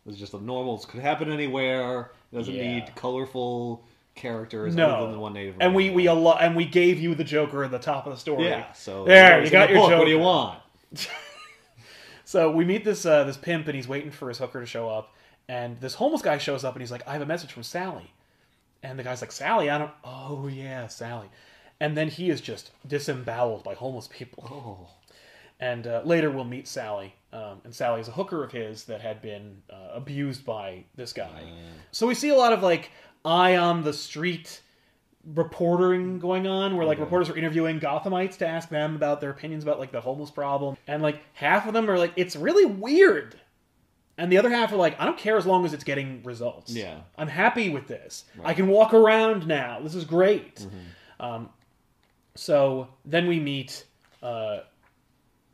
Speaker 2: It's just the normals could happen anywhere. It doesn't
Speaker 1: Yeah.
Speaker 2: need colorful characters
Speaker 1: No,
Speaker 2: other than the one native.
Speaker 1: and we
Speaker 2: American.
Speaker 1: we al- and we gave you the Joker at the top of the story.
Speaker 2: yeah. So
Speaker 1: there
Speaker 2: it's
Speaker 1: you
Speaker 2: in
Speaker 1: got
Speaker 2: the
Speaker 1: your
Speaker 2: book.
Speaker 1: Joker.
Speaker 2: What do you want?
Speaker 1: So we meet this uh, this pimp, and he's waiting for his hooker to show up. And this homeless guy shows up, and he's like, "I have a message from Sally." And the guy's like, "Sally, I don't." Oh yeah, Sally. And then he is just disemboweled by homeless people.
Speaker 2: Oh,
Speaker 1: And uh, later we'll meet Sally. Um, and Sally is a hooker of his that had been uh, abused by this guy.
Speaker 2: Mm.
Speaker 1: So we see a lot of like eye on the street reporting going on where like reporters are interviewing Gothamites to ask them about their opinions about like the homeless problem. And like half of them are like, it's really weird. And the other half are like, I don't care as long as it's getting results.
Speaker 2: Yeah.
Speaker 1: I'm happy with this. I can walk around now. This is great. Um, So then we meet uh,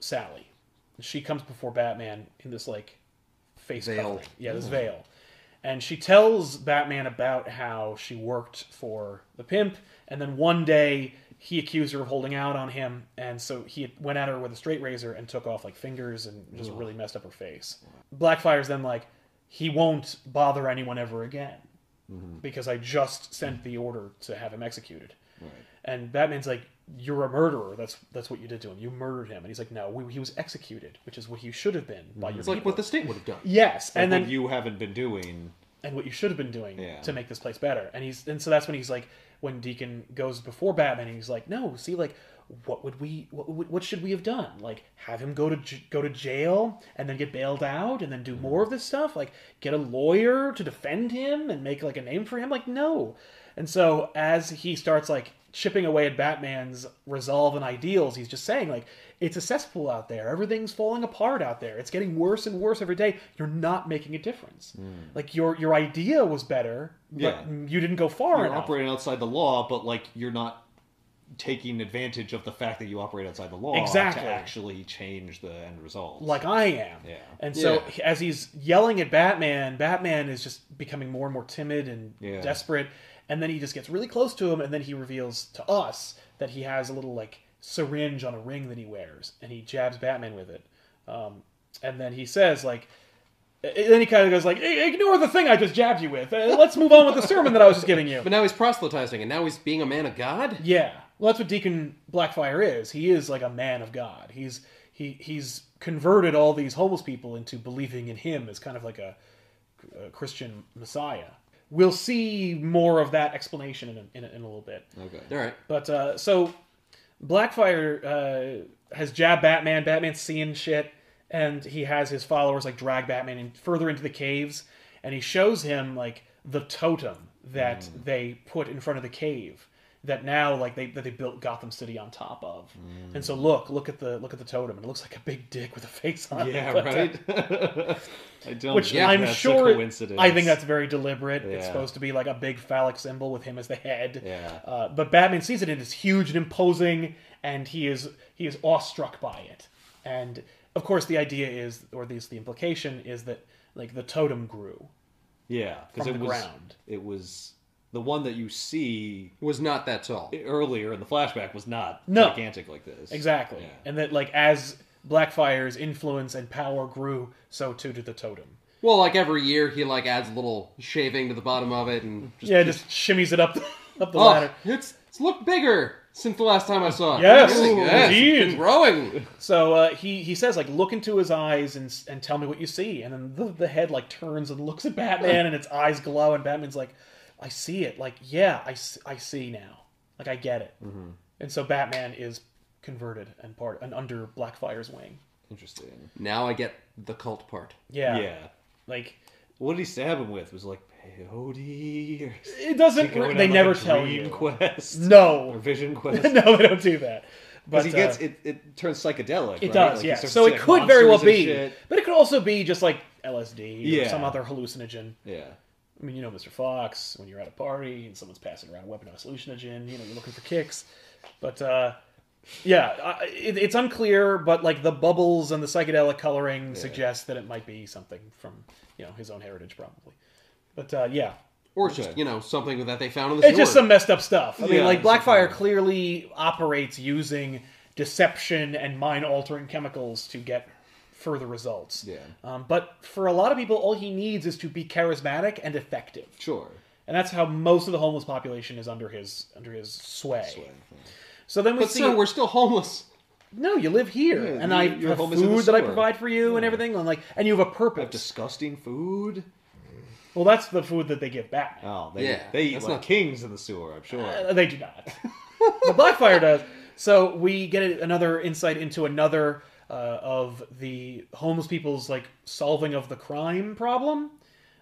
Speaker 1: Sally. She comes before Batman in this like face
Speaker 2: Veil.
Speaker 1: covering. Yeah, this veil. And she tells Batman about how she worked for the pimp, and then one day he accused her of holding out on him, and so he went at her with a straight razor and took off like fingers and just really messed up her face. Blackfire's then like, he won't bother anyone ever again because I just sent the order to have him executed. And Batman's like, "You're a murderer. That's that's what you did to him. You murdered him." And he's like, "No, we, he was executed, which is what he should have been by your
Speaker 3: It's like
Speaker 1: people."
Speaker 3: what the state would have done.
Speaker 1: yes, and then
Speaker 2: what you haven't been doing.
Speaker 1: and what you should have been doing
Speaker 2: Yeah.
Speaker 1: to make this place better. And he's and so that's when he's like when Deacon goes before Batman and he's like, "No, see like what would we what would, what should we have done? Like have him go to j- go to jail and then get bailed out and then do more of this stuff? Like get a lawyer to defend him and make like a name for him? Like no." And so as he starts like chipping away at Batman's resolve and ideals, he's just saying like it's a cesspool out there. Everything's falling apart out there. It's getting worse and worse every day. You're not making a difference. Like your your idea was better, but
Speaker 2: Hmm. Yeah.
Speaker 1: you didn't go far
Speaker 2: You're
Speaker 1: enough.
Speaker 2: operating outside the law, but like you're not taking advantage of the fact that you operate outside the law
Speaker 1: Exactly.
Speaker 2: to actually change the end result.
Speaker 1: like I am.
Speaker 2: Yeah.
Speaker 1: And so
Speaker 3: Yeah.
Speaker 1: he- as he's yelling at Batman, Batman is just becoming more and more timid and
Speaker 2: Yeah.
Speaker 1: desperate. And then he just gets really close to him, and then he reveals to us that he has a little like syringe on a ring that he wears, and he jabs Batman with it. Um, and then he says like. and Then he kind of goes like, "I- "Ignore the thing I just jabbed you with. Uh, Let's move on with the sermon that I was just giving you."
Speaker 3: But now he's proselytizing, and now he's being a man of God.
Speaker 1: Yeah, well, that's what Deacon Blackfire is. He is like a man of God. He's he he's converted all these homeless people into believing in him as kind of like a, a Christian Messiah. We'll see more of that explanation in a, in a, in a little bit.
Speaker 2: okay.
Speaker 1: [laughs]
Speaker 3: All right.
Speaker 1: But uh, so Blackfire uh, has jabbed Batman. Batman's seeing shit, and he has his followers like drag Batman in, further into the caves, and he shows him like the totem that
Speaker 2: Hmm.
Speaker 1: they put in front of the cave that now like they that they built Gotham City on top of. And
Speaker 2: Hmm.
Speaker 1: so look, look at the look at the totem, and it looks like a big dick with a face on it. [laughs]
Speaker 2: Yeah,
Speaker 1: But, uh,
Speaker 2: right. [laughs] I don't.
Speaker 1: Which
Speaker 2: think
Speaker 1: I'm
Speaker 2: Um, that's a
Speaker 1: sure
Speaker 2: coincidence.
Speaker 1: I think that's very deliberate. It's
Speaker 2: Yeah.
Speaker 1: supposed to be like a big phallic symbol with him as the head.
Speaker 2: Yeah.
Speaker 1: Uh, but Batman sees it and it's huge and imposing, and he is he is awestruck by it. And of course, the idea is, or at least the implication is that like the totem grew.
Speaker 2: yeah, because
Speaker 1: from
Speaker 2: it
Speaker 1: the
Speaker 2: was
Speaker 1: ground.
Speaker 2: it was the one that you see
Speaker 3: Was not that tall.
Speaker 2: earlier in the flashback was not
Speaker 1: No.
Speaker 2: gigantic like this.
Speaker 1: Exactly.
Speaker 2: Yeah.
Speaker 1: And that like as Blackfire's influence and power grew, so too did the totem.
Speaker 3: Well, like every year, he like adds a little shaving to the bottom of it, and just,
Speaker 1: yeah, just shimmies it up up the
Speaker 3: oh,
Speaker 1: ladder.
Speaker 3: it's it's looked bigger since the last time I saw it.
Speaker 1: Yes,
Speaker 3: Ooh, yes, it's
Speaker 1: indeed.
Speaker 3: been growing.
Speaker 1: So uh, he he says like look into his eyes and s- and tell me what you see, and then the, the head like turns and looks at Batman, and its eyes glow, and Batman's like, I see it, like yeah, I, s- I see now, like I get it, and so Batman is converted and part and under Blackfire's wing.
Speaker 2: Interesting.
Speaker 3: Now I get the cult part.
Speaker 1: Yeah,
Speaker 2: yeah.
Speaker 1: like
Speaker 2: What did he stab him with? Was it like peyote? Or
Speaker 1: it doesn't.
Speaker 2: going
Speaker 1: They
Speaker 2: on, like,
Speaker 1: never
Speaker 2: a
Speaker 1: tell
Speaker 2: dream
Speaker 1: you.
Speaker 2: Quest or
Speaker 1: No, [laughs]
Speaker 2: vision quest.
Speaker 1: no, they don't do that. But
Speaker 2: Because he gets
Speaker 1: uh,
Speaker 2: it, it turns psychedelic.
Speaker 1: It
Speaker 2: right?
Speaker 1: does,
Speaker 2: Like, he
Speaker 1: yeah.
Speaker 2: starts
Speaker 1: So
Speaker 2: seeing
Speaker 1: it could very well
Speaker 2: monsters and
Speaker 1: be,
Speaker 2: shit.
Speaker 1: but it could also be just like LSD or
Speaker 2: Yeah.
Speaker 1: some other hallucinogen.
Speaker 2: Yeah.
Speaker 1: I mean, you know, Mr. Fox, when you're at a party and someone's passing around a weapon of a hallucinogen, you know, you're looking for kicks. But uh, yeah, I, it, it's unclear, but like the bubbles and the psychedelic coloring suggest that it might be something from you know his own heritage, probably. But uh, yeah,
Speaker 3: Or it's just
Speaker 2: Okay.
Speaker 3: you know something that they found in the
Speaker 1: it's just
Speaker 3: sewer.
Speaker 1: some messed up stuff. I mean,
Speaker 2: Yeah,
Speaker 1: like
Speaker 2: it's a
Speaker 1: Blackfire clearly operates using deception and mind altering chemicals to get further results.
Speaker 2: Yeah.
Speaker 1: Um, but for a lot of people, all he needs is to be charismatic and effective
Speaker 2: Sure.
Speaker 1: and that's how most of the homeless population is under his under his sway. So then we
Speaker 3: But
Speaker 1: see
Speaker 3: sir, we're still homeless.
Speaker 1: no, you live here,
Speaker 2: Yeah,
Speaker 1: and
Speaker 2: you-
Speaker 1: I
Speaker 2: you're
Speaker 1: have
Speaker 2: homeless in the
Speaker 1: food that I
Speaker 2: sewer.
Speaker 1: provide for you and everything, and like, and you have a purpose.
Speaker 2: Disgusting food.
Speaker 1: Well, that's the food that they give back.
Speaker 2: Oh, they,
Speaker 3: Yeah,
Speaker 2: they eat
Speaker 3: that's
Speaker 2: like
Speaker 3: not-
Speaker 2: kings in the sewer, I'm sure.
Speaker 1: Uh, they do not. but Blackfire does. So we get a- another insight into another uh, of the homeless people's like solving of the crime problem,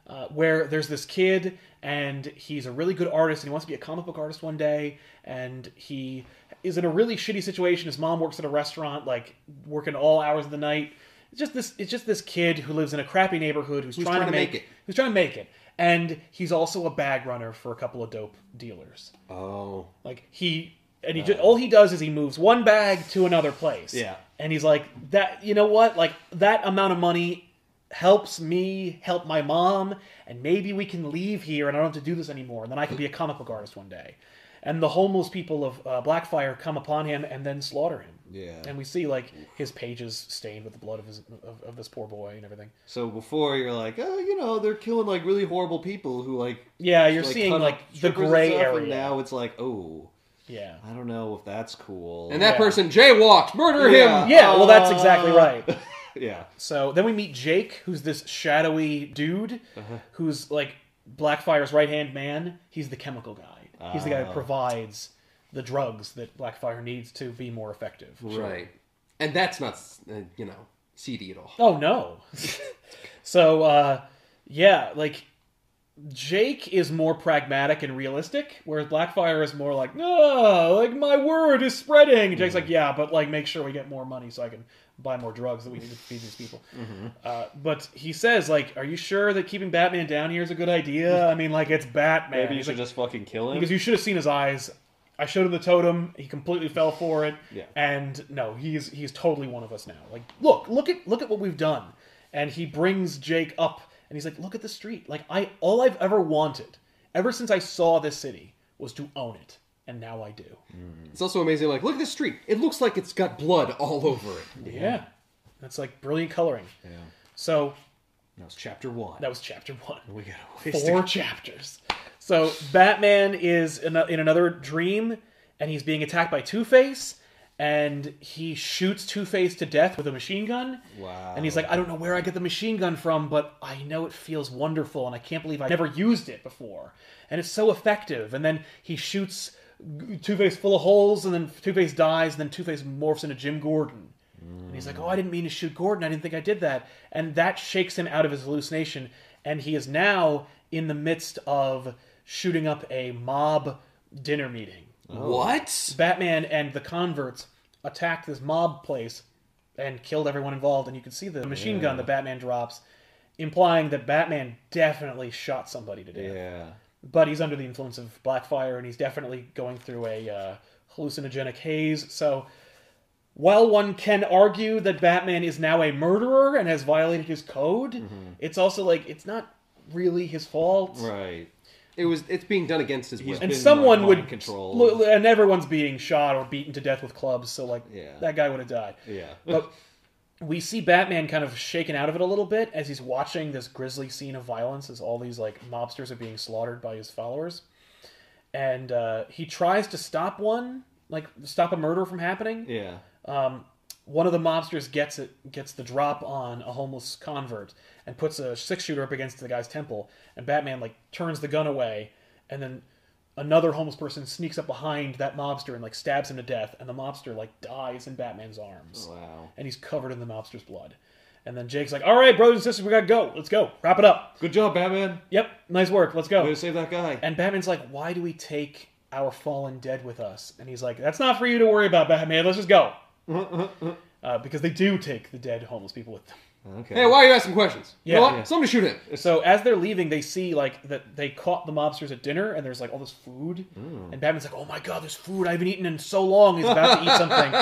Speaker 1: uh, where there's this kid and he's a really good artist and he wants to be a comic book artist one day, and he is in a really shitty situation. His mom works at a restaurant, like working all hours of the night. It's just this. It's just this kid who lives in a crappy neighborhood who's, trying, to make,
Speaker 3: it.
Speaker 1: Who's trying to make it, and he's also a bag runner for a couple of dope dealers.
Speaker 3: Oh,
Speaker 1: Like he and he just all he does is he moves one bag to another place.
Speaker 2: Uh. Yeah.
Speaker 1: and he's like that. You know what? Like that amount of money helps me help my mom, and maybe we can leave here, and I don't have to do this anymore, and then I can be a comic book artist one day. And the homeless people of uh, Blackfire come upon him and then slaughter him.
Speaker 2: Yeah.
Speaker 1: and we see like his pages stained with the blood of his of, of this poor boy and everything.
Speaker 2: So before you're like, oh, you know, they're killing like really horrible people who like
Speaker 1: Yeah, you're seeing
Speaker 2: cut
Speaker 1: like
Speaker 2: up
Speaker 1: the
Speaker 2: strippers and
Speaker 1: gray
Speaker 2: stuff,
Speaker 1: area.
Speaker 2: And now it's like, oh,
Speaker 1: yeah,
Speaker 2: I don't know if that's cool.
Speaker 3: And that
Speaker 1: Yeah.
Speaker 3: person jaywalked. Murder
Speaker 2: Yeah.
Speaker 3: him.
Speaker 1: yeah. Well, that's
Speaker 2: Uh,
Speaker 1: exactly right.
Speaker 2: yeah,
Speaker 1: So then we meet Jake, who's this shadowy dude, who's like Blackfire's right hand man. He's the chemical guy. He's the guy who
Speaker 2: Ah.
Speaker 1: provides the drugs that Blackfire needs to be more effective.
Speaker 3: Right. And that's not, uh, you know, seedy at all.
Speaker 1: Oh no. [laughs] so uh, yeah, like Jake is more pragmatic and realistic, whereas Blackfire is more like, no, like my word is spreading. Jake's
Speaker 2: Mm-hmm.
Speaker 1: like, yeah, but like make sure we get more money so I can buy more drugs that we need to feed these people.
Speaker 2: Mm-hmm.
Speaker 1: Uh, but he says, like, are you sure that keeping Batman down here is a good idea? I mean, like it's Batman.
Speaker 2: maybe you
Speaker 1: He's
Speaker 2: should
Speaker 1: like,
Speaker 2: just fucking kill him.
Speaker 1: because you should have seen his eyes. I showed him the totem. He completely fell for it.
Speaker 2: Yeah.
Speaker 1: And no, he's he's totally one of us now. Like, look, look at look at what we've done. And he brings Jake up, and he's like, look at the street. Like, I all I've ever wanted, ever since I saw this city, was to own it, and now I do.
Speaker 3: It's also amazing. Like, look at this street. It looks like it's got blood all over it.
Speaker 1: Yeah. That's like brilliant coloring.
Speaker 2: Mm-hmm. yeah.
Speaker 1: So
Speaker 2: That was chapter one.
Speaker 1: that was chapter one.
Speaker 2: We got
Speaker 1: [laughs]
Speaker 2: a ways to
Speaker 1: four chapters. So Batman is in, a- in another dream, and he's being attacked by Two Face, and he shoots Two Face to death with a machine gun.
Speaker 2: Wow.
Speaker 1: And he's like, I don't know where I get the machine gun from, but I know it feels wonderful, and I can't believe I never used it before. And it's so effective. And then he shoots Two Face full of holes, and then Two Face dies, and then Two Face morphs into Jim Gordon. And he's like, "Oh, I didn't mean to shoot Gordon. I didn't think I did that." And that shakes him out of his hallucination, and he is now in the midst of shooting up a mob dinner meeting.
Speaker 3: What?
Speaker 1: Batman and the converts attacked this mob place and killed everyone involved, and you can see the machine gun that Batman drops, implying that Batman definitely shot somebody to death.
Speaker 2: Yeah.
Speaker 1: But he's under the influence of Blackfire, and he's definitely going through a uh, hallucinogenic haze. So, while one can argue that Batman is now a murderer and has violated his code, it's also like it's not really his fault.
Speaker 2: Mm-hmm. Right.
Speaker 3: It was. It's being done against his will.
Speaker 1: And
Speaker 2: been,
Speaker 1: someone
Speaker 2: like, mind
Speaker 1: would
Speaker 2: controlled.
Speaker 1: lo- and everyone's being shot or beaten to death with clubs. So like
Speaker 2: Yeah.
Speaker 1: that guy would have died.
Speaker 2: Yeah.
Speaker 1: But we see Batman kind of shaken out of it a little bit as he's watching this grisly scene of violence as all these like mobsters are being slaughtered by his followers. And uh, he tries to stop one, like stop a murder from happening.
Speaker 2: [laughs] Yeah.
Speaker 1: One of the mobsters gets it, gets the drop on a homeless convert and puts a six shooter up against the guy's temple. And Batman like turns the gun away, and then another homeless person sneaks up behind that mobster and like stabs him to death. And the mobster like dies in Batman's arms
Speaker 2: Wow.
Speaker 1: and he's covered in the mobster's blood. And then Jake's like, "All right, brothers and sisters, we gotta go. Let's go. Wrap it up.
Speaker 2: Good job, Batman.
Speaker 1: Yep, nice work. Let's
Speaker 2: Way
Speaker 1: go."
Speaker 2: to save
Speaker 1: [laughs]
Speaker 2: that guy.
Speaker 1: And Batman's like, "Why do we take our fallen dead with us?" And he's like, "That's not for you to worry about, Batman. Let's just go." Uh, because they do take the dead homeless people with them.
Speaker 2: Okay.
Speaker 3: Hey, why are you asking questions? You know
Speaker 1: Yeah.
Speaker 3: what?
Speaker 1: Yeah.
Speaker 3: Somebody shoot him.
Speaker 1: So as they're leaving, they see like that they caught the mobsters at dinner, and there's like all this food. And Batman's like, "Oh my god, there's food! I haven't eaten in so long." He's about to eat something,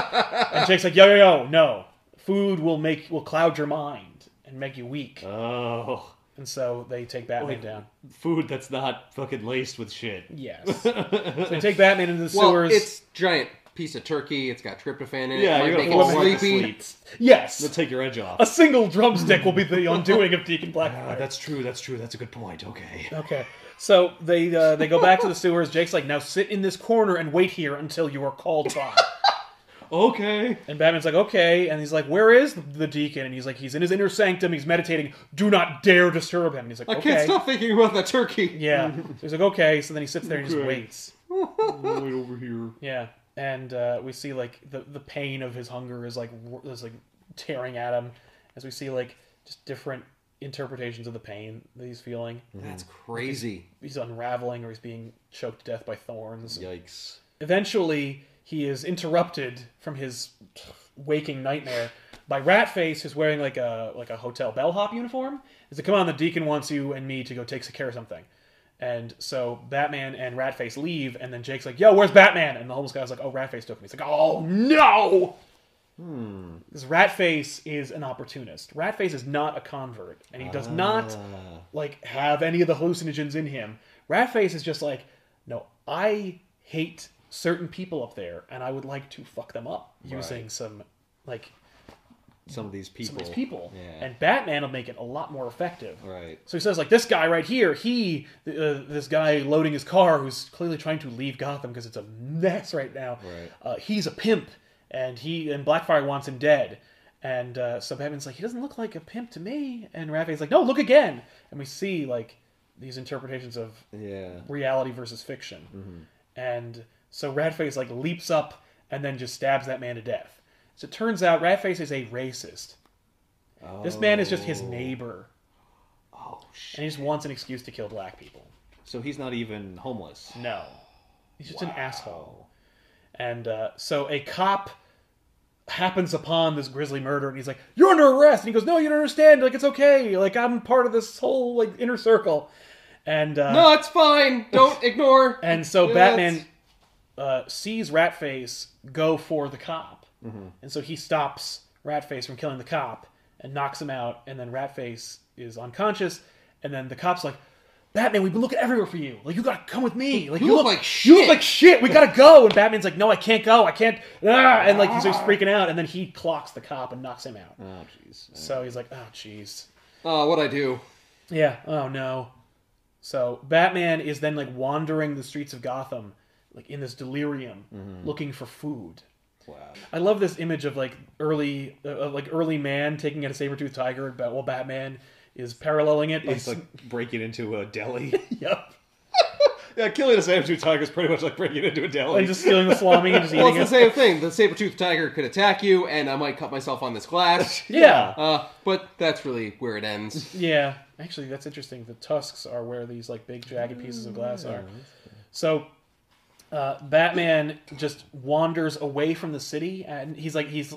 Speaker 1: and Jake's like, "Yo, yo, yo, no! Food will make will cloud your mind and make you weak."
Speaker 2: Oh,
Speaker 1: And so they take Batman
Speaker 2: Wait.
Speaker 1: down.
Speaker 2: food that's not fucking laced with shit.
Speaker 1: Yes. so they take Batman into the
Speaker 3: Well,
Speaker 1: sewers.
Speaker 3: it's giant piece of turkey. It's got tryptophan in it.
Speaker 2: Yeah,
Speaker 3: it
Speaker 2: you're
Speaker 3: might make
Speaker 2: gonna fall
Speaker 3: him
Speaker 2: right
Speaker 3: sleepy.
Speaker 2: to sleep. It'll
Speaker 1: Yes.
Speaker 2: take your edge off.
Speaker 1: A single drumstick will be the undoing of Deacon
Speaker 2: Ah,
Speaker 1: Blackfire.
Speaker 2: that's true. That's true. That's a good point. Okay.
Speaker 1: okay. So they uh, they go back to the sewers. Jake's like, now sit in this corner and wait here until you are called by.
Speaker 2: Okay.
Speaker 1: and Batman's like, okay. And he's like, where is the deacon? And he's like, he's in his inner sanctum. He's meditating. Do not dare disturb him. And he's like,
Speaker 3: I
Speaker 1: okay.
Speaker 3: can't stop thinking about that turkey.
Speaker 1: Yeah. So he's like, okay. So then he sits there and just
Speaker 2: Okay.
Speaker 1: waits.
Speaker 2: Wait over here.
Speaker 1: Yeah, and uh, we see like the the pain of his hunger is like wor- is like tearing at him, as we see like just different interpretations of the pain that he's feeling.
Speaker 3: That's crazy.
Speaker 1: He's unraveling, or he's being choked to death by thorns.
Speaker 2: Yikes.
Speaker 1: Eventually, he is interrupted from his waking nightmare by Ratface, who's wearing like a like a hotel bellhop uniform. He's like, "Come on, the deacon wants you and me to go take care of something." And so Batman and Ratface leave, and then Jake's like, "Yo, where's Batman?" And the homeless guy's like, "Oh, Ratface took me." He's like, "Oh no!" Because Ratface is an opportunist. Ratface is not a convert, and he does not like have any of the hallucinogens in him. Ratface is just like, no, I hate certain people up there, and I would like to fuck them up using some like
Speaker 2: Some of these people.
Speaker 1: some of these people.
Speaker 2: Yeah.
Speaker 1: And Batman will make it a lot more effective.
Speaker 2: right.
Speaker 1: So he says, like, this guy right here, he, uh, this guy loading his car who's clearly trying to leave Gotham because it's a mess right now.
Speaker 2: Right.
Speaker 1: Uh, he's a pimp, and he and Blackfire wants him dead. And uh, so Batman's like, he doesn't look like a pimp to me. And Raphael's like, no, look again. And we see like these interpretations of
Speaker 2: Yeah. Mm-hmm.
Speaker 1: reality versus fiction. And so Ratface like leaps up and then just stabs that man to death. So it turns out Ratface is a racist. This man is just his neighbor,
Speaker 2: Oh shit.
Speaker 1: and he just wants an excuse to kill black people.
Speaker 2: So he's not even homeless.
Speaker 1: No, he's just an asshole. And uh, so a cop happens upon this grisly murder, and he's like, "You're under arrest." And he goes, "No, you don't understand. Like it's okay. Like I'm part of this whole like inner circle." And uh,
Speaker 3: No, it's fine. Don't ignore.
Speaker 1: And so
Speaker 3: Yeah,
Speaker 1: Batman
Speaker 3: that's-
Speaker 1: uh, sees Ratface go for the cop,
Speaker 3: Mm-hmm.
Speaker 1: and so he stops Ratface from killing the cop and knocks him out. And then Ratface is unconscious, and then the cop's like, "Batman, we've been looking everywhere for you. Like you gotta come with me. Like you,
Speaker 3: look like
Speaker 1: You look
Speaker 3: shit."
Speaker 1: like shit. We gotta go." And Batman's like, "No, I can't go. I can't." Ah! And like he's just freaking out, and then he clocks the cop and knocks him
Speaker 3: Mm.
Speaker 1: out.
Speaker 2: Oh jeez.
Speaker 1: So he's like, "Oh, jeez."
Speaker 3: Oh, what I do?
Speaker 1: Yeah. Oh no. So Batman is then like wandering the streets of Gotham, like in this delirium,
Speaker 3: Mm-hmm.
Speaker 1: looking for food.
Speaker 2: Wow.
Speaker 1: I love this image of like early, uh, of, like early man taking out a saber tooth tiger, but well, Batman is paralleling it. by [laughs]
Speaker 2: It's like breaking into a deli.
Speaker 1: yep,
Speaker 2: yeah, killing a saber-tooth tiger is pretty much like breaking into a
Speaker 1: [laughs]
Speaker 2: deli.
Speaker 1: and just stealing the salami and just
Speaker 3: [laughs] Well,
Speaker 1: eating
Speaker 3: it's the
Speaker 1: it.
Speaker 3: same thing. The saber-toothed tiger could attack you, and I might cut myself on this glass.
Speaker 1: [laughs] yeah.
Speaker 3: Uh, but that's really where it ends. [laughs]
Speaker 1: Yeah, actually, that's interesting. The tusks are where these like big jagged pieces of glass are. So, uh, Batman just wanders away from the city, and he's like he's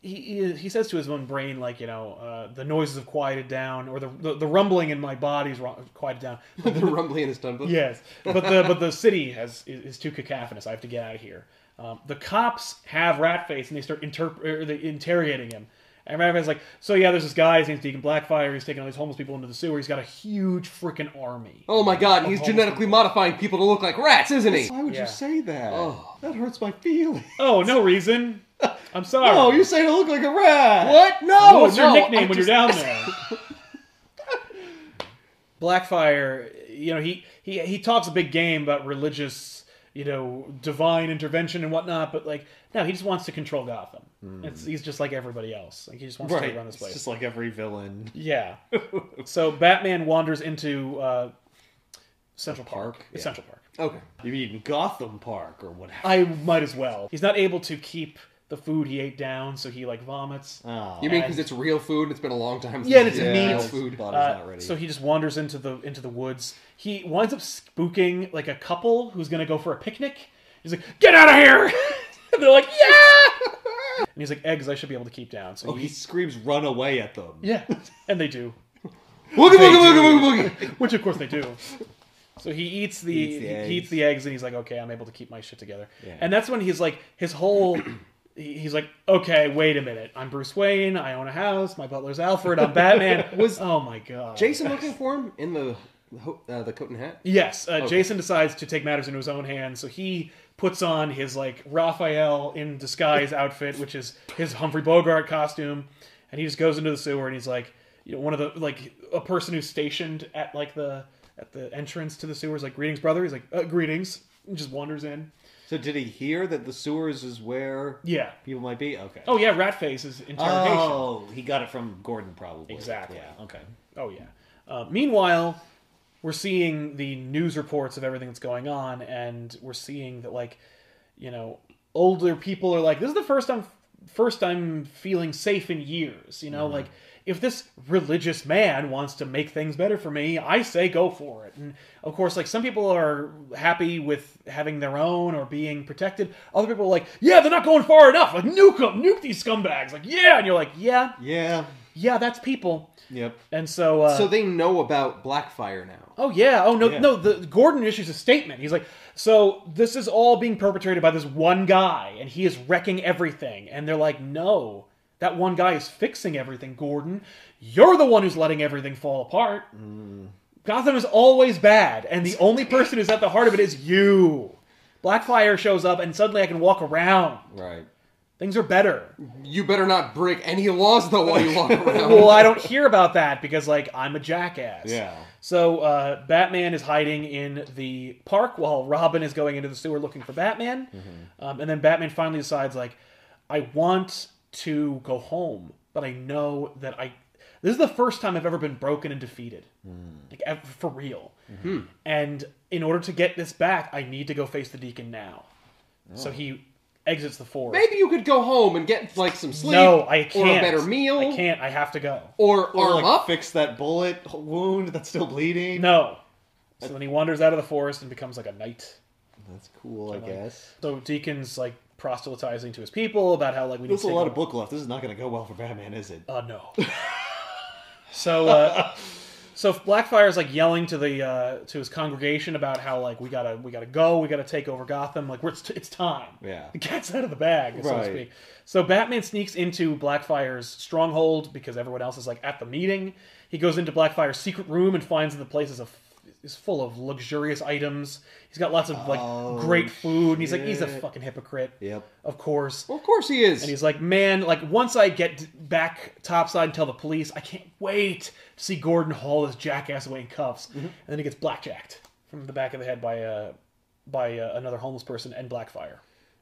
Speaker 1: he he, he says to his own brain like you know uh, the noises have quieted down, or the the, the rumbling in my body's ro- quieted down.
Speaker 3: the rumbling in his tumble.
Speaker 1: Yes, but the but the city has is, is too cacophonous. I have to get out of here. Um, the cops have Ratface and they start interp- er, they interrogating him. And Ratface's like, so yeah, there's this guy. His name's Deacon Blackfire. He's taking all these homeless people into the sewer. He's got a huge freaking army.
Speaker 3: Oh my god, he's genetically modifying people to look like rats, isn't he?
Speaker 2: Why would
Speaker 1: Yeah.
Speaker 2: you say that?
Speaker 3: Oh.
Speaker 2: That hurts my feelings.
Speaker 1: Oh, no reason. I'm sorry.
Speaker 2: Oh, you say I look like a rat.
Speaker 3: What? No!
Speaker 1: What's your
Speaker 3: Oh, no,
Speaker 1: nickname
Speaker 3: I
Speaker 1: when
Speaker 3: just-
Speaker 1: you're down
Speaker 3: [laughs]
Speaker 1: there? Blackfire, you know, he, he he talks a big game about religious, you know, divine intervention and whatnot, but like, no, he just wants to control Gotham. It's, he's just like everybody else. Like he Hmm. just wants
Speaker 2: Right.
Speaker 1: to run this
Speaker 2: It's
Speaker 1: place.
Speaker 2: just like every villain.
Speaker 1: [laughs] Yeah. so Batman wanders into uh, Central Park.
Speaker 2: park? Yeah.
Speaker 1: Central Park.
Speaker 3: Okay.
Speaker 2: You mean Gotham Park or whatever?
Speaker 1: I might as well. He's not able to keep the food he ate down, so he like vomits.
Speaker 2: Oh,
Speaker 3: You mean because it's real food? It's been a long time since
Speaker 1: Yeah, and Uh, it's
Speaker 3: we've
Speaker 1: a
Speaker 3: had
Speaker 1: meat.
Speaker 3: real
Speaker 2: his
Speaker 3: food.
Speaker 2: Body's
Speaker 1: Uh,
Speaker 2: not ready.
Speaker 1: So he just wanders into the into the woods. He winds up spooking like a couple who's gonna go for a picnic. He's like, "Get out of here!" [laughs] and they're like, "Yeah!" and he's like, "Eggs, I should be able to keep down." So
Speaker 2: oh,
Speaker 1: he,
Speaker 2: he screams, "Run away at them!"
Speaker 1: yeah, [laughs] and they do,
Speaker 3: Woogie woogie woogie woogie woogie!
Speaker 1: which of course they do. So he eats the,
Speaker 2: Eats the
Speaker 1: he
Speaker 2: eggs.
Speaker 1: eats the eggs, and he's like, "Okay, I'm able to keep my shit together."
Speaker 2: Yeah.
Speaker 1: And that's when he's like, his whole. [clears throat] he- He's like, okay, wait a minute. I'm Bruce Wayne. I own a house. My butler's Alfred. I'm
Speaker 2: [laughs]
Speaker 1: Batman.
Speaker 3: Was-
Speaker 1: oh my god.
Speaker 3: Jason looking for him in the ho- uh, the coat and hat?
Speaker 1: Yes, uh, Jason decides to take matters into his own hands, so he puts on his like Raphael in disguise outfit, which is his Humphrey Bogart costume, and he just goes into the sewer and he's like, you know, one of the like a person who's stationed at like the at the entrance to the sewer is like, "Greetings, brother." He's like, uh, "Greetings," and just wanders in.
Speaker 2: So did he hear that the sewers is where
Speaker 1: Yeah.
Speaker 2: people might be? Okay.
Speaker 1: Oh yeah, Ratface is interrogation.
Speaker 2: Oh, he got it from Gordon probably.
Speaker 1: Exactly.
Speaker 2: Yeah. Okay.
Speaker 1: Oh yeah. Uh, meanwhile, we're seeing the news reports of everything that's going on, and we're seeing that like, you know, older people are like, this is the first time, first I'm feeling safe in years. You know,
Speaker 3: Mm-hmm.
Speaker 1: like if this religious man wants to make things better for me, I say go for it. And of course, like some people are happy with having their own or being protected. Other people are like, yeah, they're not going far enough. Like nuke them, nuke these scumbags. Like yeah, and you're like, yeah,
Speaker 2: Yeah.
Speaker 1: yeah, that's people.
Speaker 2: Yep.
Speaker 1: And so, uh,
Speaker 3: So they know about Blackfire now.
Speaker 1: oh yeah, oh no,
Speaker 2: Yeah.
Speaker 1: no. The Gordon issues a statement. He's like, so this is all being perpetrated by this one guy, and he is wrecking everything. And they're like, no, that one guy is fixing everything. Gordon, you're the one who's letting everything fall apart. Gotham is always bad, and the only person who's at the heart of it is you. Blackfire shows up, and suddenly I can walk around.
Speaker 2: Right.
Speaker 1: Things are better.
Speaker 3: You better not break any laws though while [laughs] you walk around.
Speaker 1: well, I don't hear about that because, like, I'm a jackass.
Speaker 2: Yeah.
Speaker 1: So uh, Batman is hiding in the park while Robin is going into the sewer looking for Batman, um, and then Batman finally decides, like, I want to go home, but I know that I. This is the first time I've ever been broken and defeated, like ev- for real.
Speaker 3: Hmm.
Speaker 1: And in order to get this back, I need to go face the Deacon now. So he exits the forest.
Speaker 3: Maybe you could go home and get like some sleep.
Speaker 1: no, I can't.
Speaker 3: Or a better meal.
Speaker 1: I can't. I have to go.
Speaker 3: Or arm
Speaker 2: Or like
Speaker 3: up.
Speaker 2: fix that bullet wound that's still bleeding.
Speaker 1: No. So then he wanders out of the forest and becomes like a knight.
Speaker 2: That's cool, I guess.
Speaker 1: So Deacon's like proselytizing to his people about how like we need
Speaker 2: There's
Speaker 1: to
Speaker 2: a
Speaker 1: take
Speaker 2: lot of book left. This is not going to go well for Batman, is it?
Speaker 1: Uh, no. [laughs] so, uh, so Blackfire's like yelling to the uh, to his congregation about how like we gotta we gotta go, we gotta take over Gotham. Like we're, it's, it's time.
Speaker 2: Yeah.
Speaker 1: the cat's out of the bag, so to
Speaker 2: Right.
Speaker 1: speak. So Batman sneaks into Blackfire's stronghold because everyone else is like at the meeting. He goes into Blackfire's secret room and finds that the place is a is full of luxurious items. He's got lots of like
Speaker 2: Oh,
Speaker 1: great food, and he's like he's a
Speaker 2: shit.
Speaker 1: fucking hypocrite.
Speaker 2: Yep.
Speaker 1: Of course.
Speaker 3: Well, of course he is.
Speaker 1: And he's like, man, like once I get d- back topside and tell the police, I can't wait to see Gordon haul his jackass away in cuffs.
Speaker 2: Mm-hmm.
Speaker 1: And then he gets blackjacked from the back of the head by uh, by uh, another homeless person and Blackfire.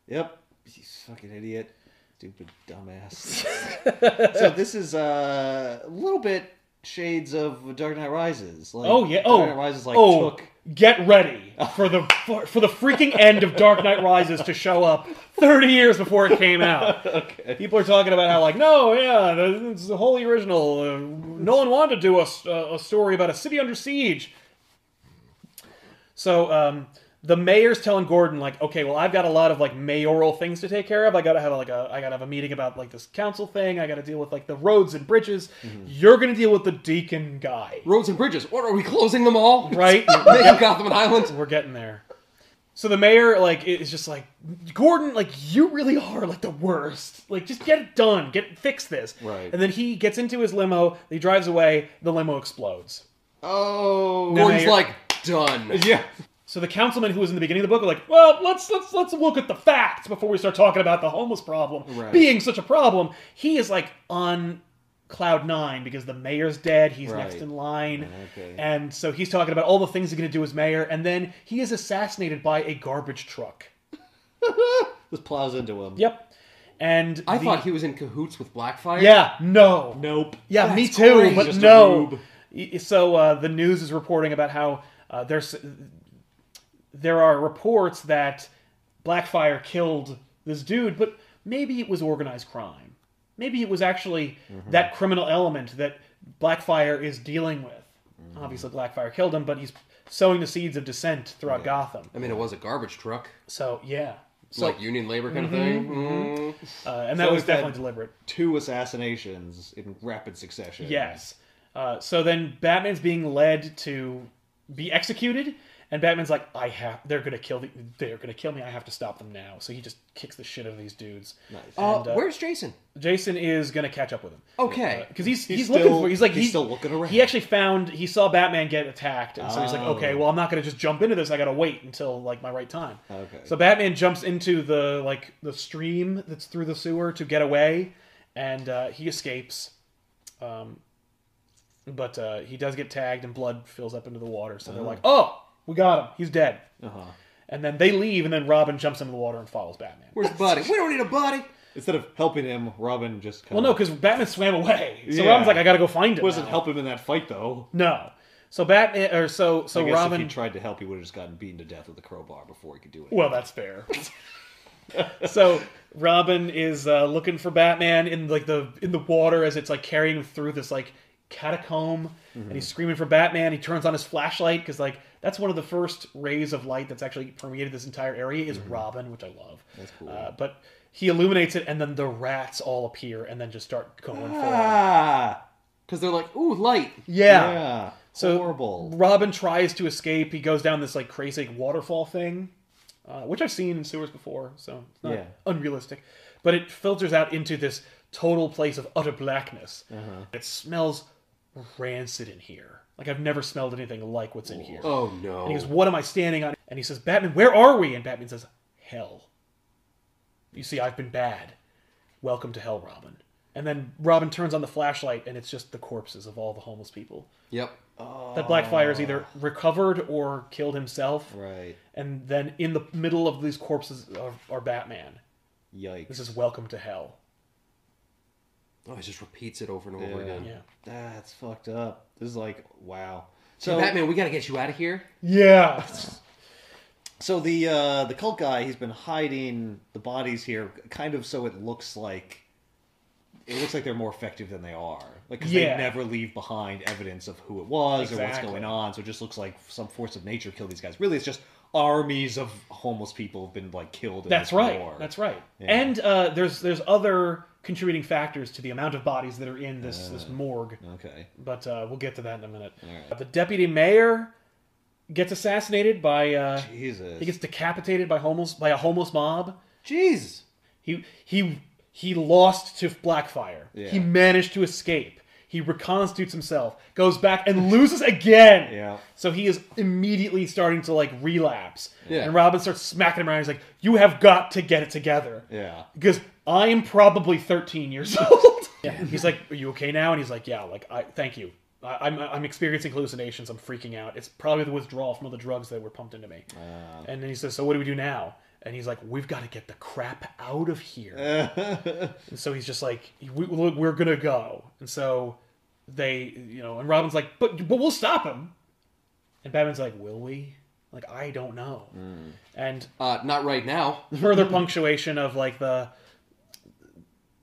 Speaker 2: Yep. You fucking idiot. Stupid dumbass. [laughs] so this is uh, a little bit shades of Dark Knight Rises. Like,
Speaker 1: Oh yeah.
Speaker 2: Dark
Speaker 1: Oh.
Speaker 2: Knight Rises like
Speaker 1: oh.
Speaker 2: took. Oh.
Speaker 1: Get
Speaker 2: [laughs]
Speaker 1: ready for the for, for the freaking end of Dark Knight Rises to show up 30 years before it came
Speaker 2: [laughs]
Speaker 1: out. People are talking about how like no, yeah, the- it's the wholly original. Uh, Nolan wanted to do a, s- a- a story about a city under siege. So um, the mayor's telling Gordon like, okay, well I've got a lot of like mayoral things to take care of. I gotta have like a I gotta have a meeting about like this council thing. I gotta deal with like the roads and bridges. You're gonna deal with the deacon guy.
Speaker 3: Roads and bridges. What are we closing them all?
Speaker 1: Right?
Speaker 3: Making Gotham
Speaker 1: [laughs]
Speaker 3: an island.
Speaker 1: We're getting there. So the mayor, like, is just like, Gordon, like, you really are like the worst. Like, just get it done. Get fix this.
Speaker 2: Right.
Speaker 1: And then he gets into his limo. He drives away. The limo explodes.
Speaker 2: Oh.
Speaker 1: No.
Speaker 3: Gordon's
Speaker 1: Mayor.
Speaker 3: like done.
Speaker 2: Yeah.
Speaker 1: So the councilman who was in the beginning of the book are like, well, let's let's let's look at the facts before we start talking about the homeless problem
Speaker 2: Right.
Speaker 1: being such a problem. He is like on cloud nine because the mayor's dead. He's
Speaker 2: Right.
Speaker 1: next in line,
Speaker 2: Okay.
Speaker 1: and so he's talking about all the things he's going to do as mayor. And then he is assassinated by a garbage truck.
Speaker 2: This plows into him.
Speaker 1: Yep. And
Speaker 3: I
Speaker 1: the-
Speaker 3: thought he was in cahoots with Blackfire.
Speaker 1: Yeah. No.
Speaker 2: Nope.
Speaker 1: Yeah,
Speaker 3: That's
Speaker 1: me too.
Speaker 3: crazy.
Speaker 1: But
Speaker 2: Just a
Speaker 1: no.
Speaker 2: rube.
Speaker 1: Y- So uh, the news is reporting about how uh, there's there are reports that Blackfire killed this dude, but maybe it was organized crime. Maybe it was actually
Speaker 2: Mm-hmm.
Speaker 1: that criminal element that Blackfire is dealing with.
Speaker 2: Mm-hmm.
Speaker 1: Obviously, Blackfire killed him, but he's sowing the seeds of dissent throughout Gotham.
Speaker 3: I mean, it was a garbage truck.
Speaker 1: So yeah.
Speaker 3: It's
Speaker 1: So
Speaker 3: like union labor
Speaker 1: Mm-hmm.
Speaker 3: kind of thing. Mm.
Speaker 1: uh, and that
Speaker 2: So
Speaker 1: was
Speaker 2: is that-
Speaker 1: definitely deliberate.
Speaker 2: Two assassinations in rapid succession.
Speaker 1: Yes. Uh, so then Batman's being led to be executed, and Batman's like, "I have. They're gonna kill. The, they're gonna kill me. I have to stop them now." So he just kicks the shit out of these dudes.
Speaker 2: Nice.
Speaker 3: Uh,
Speaker 1: And, uh,
Speaker 3: where's Jason?
Speaker 1: Jason is gonna catch up with him.
Speaker 3: Okay.
Speaker 1: Because he's, he's,
Speaker 2: He's
Speaker 1: looking
Speaker 2: still-
Speaker 1: for he's like
Speaker 2: he's still looking around.
Speaker 1: He actually found he saw Batman get attacked, and so he's like,
Speaker 2: Oh.
Speaker 1: okay, well I'm not gonna just jump into this. I gotta wait until like my right time.
Speaker 2: Okay.
Speaker 1: So Batman jumps into the like the stream that's through the sewer to get away, and uh, he escapes. Um, but uh, he does get tagged, and blood fills up into the water. So they're like, oh, we got him. He's dead.
Speaker 2: Uh-huh.
Speaker 1: And then they leave, and then Robin jumps into the water and follows Batman.
Speaker 3: Where's Buddy? We don't need a Buddy.
Speaker 2: Instead of helping him, Robin just kind
Speaker 1: Well, no, because Batman swam away, so
Speaker 2: Yeah.
Speaker 1: Robin's like, I gotta go find him.
Speaker 2: wasn't
Speaker 1: now."
Speaker 2: help him in that fight though.
Speaker 1: No. So Batman, or so so
Speaker 2: I guess
Speaker 1: Robin.
Speaker 2: if he tried to help, he would have just gotten beaten to death with a crowbar before he could do it.
Speaker 1: well, that's fair. [laughs] so Robin is uh, looking for Batman in like the in the water as it's like carrying him through this like catacomb, and he's screaming for Batman. He turns on his flashlight because like that's one of the first rays of light Mm-hmm. that's actually permeated this entire area is Robin, which I love. That's
Speaker 2: cool.
Speaker 1: Uh, but He illuminates it, and then the rats all appear and then just start going for him.
Speaker 2: Ah,
Speaker 3: because they're like, ooh, light.
Speaker 1: Yeah.
Speaker 2: yeah.
Speaker 1: So-
Speaker 2: Horrible.
Speaker 1: Robin tries to escape. He goes down this like crazy like, waterfall thing, uh, which I've seen in sewers before, so it's not
Speaker 2: Yeah.
Speaker 1: unrealistic. But it filters out into this total place of utter blackness. It smells rancid in here. Like I've never smelled anything like what's in here.
Speaker 3: Oh no.
Speaker 1: And he goes, "What am I standing on?" And he says, "Batman, where are we?" And Batman says, "Hell." You see, I've been bad. Welcome to hell, Robin. And then Robin turns on the flashlight, and it's just the corpses of all the homeless people
Speaker 3: Yep.
Speaker 1: that Blackfire has either recovered or killed himself.
Speaker 2: Oh. Right.
Speaker 1: And then in the middle of these corpses are, are Batman.
Speaker 2: Yikes.
Speaker 1: This is Welcome to Hell.
Speaker 3: Oh, he just repeats it over and over
Speaker 2: Yeah.
Speaker 3: again.
Speaker 1: Yeah.
Speaker 2: That's fucked up. This is like wow.
Speaker 3: So Batman, we got to get you out of here.
Speaker 1: [laughs] Yeah.
Speaker 2: So the uh, the cult guy, he's been hiding the bodies here, kind of so it looks like it looks like they're more effective than they are, like because
Speaker 1: Yeah.
Speaker 2: they never leave behind evidence of who it was or what's
Speaker 1: Exactly.
Speaker 2: going on. So it just looks like some force of nature killed these guys. Really, it's just armies of homeless people have been like killed. In
Speaker 1: That's
Speaker 2: this
Speaker 1: right.
Speaker 2: War.
Speaker 1: That's right.
Speaker 2: Yeah.
Speaker 1: And uh, there's there's other contributing factors to the amount of bodies that are in this this morgue.
Speaker 2: okay.
Speaker 1: But uh, we'll get to that in a minute.
Speaker 2: Alright.
Speaker 1: The deputy mayor gets assassinated by uh,
Speaker 2: Jesus.
Speaker 1: he gets decapitated by homeless by a homeless mob.
Speaker 2: Jeez.
Speaker 1: He he he lost to Blackfire.
Speaker 2: Yeah.
Speaker 1: He managed to escape. He reconstitutes himself, goes back and loses again.
Speaker 2: Yeah.
Speaker 1: So he is immediately starting to like relapse.
Speaker 3: Yeah.
Speaker 1: And Robin starts smacking him around. He's like, "You have got to get it together."
Speaker 2: Yeah.
Speaker 1: Because I am probably 13 years [laughs] old. yeah. He's like, "Are you okay now?" And he's like, "Yeah." Like, I thank you. I, I'm I'm experiencing hallucinations. I'm freaking out. It's probably the withdrawal from all the drugs that were pumped into me. and then he says, "So what do we do now?" And he's like, "We've got to get the crap out of here." And so he's just like, we, look, we're gonna go. And so they, you know, and Robin's like, but but we'll stop him. And Batman's like, will we? Like, I don't know. And
Speaker 3: Uh, not right now.
Speaker 1: further punctuation of like the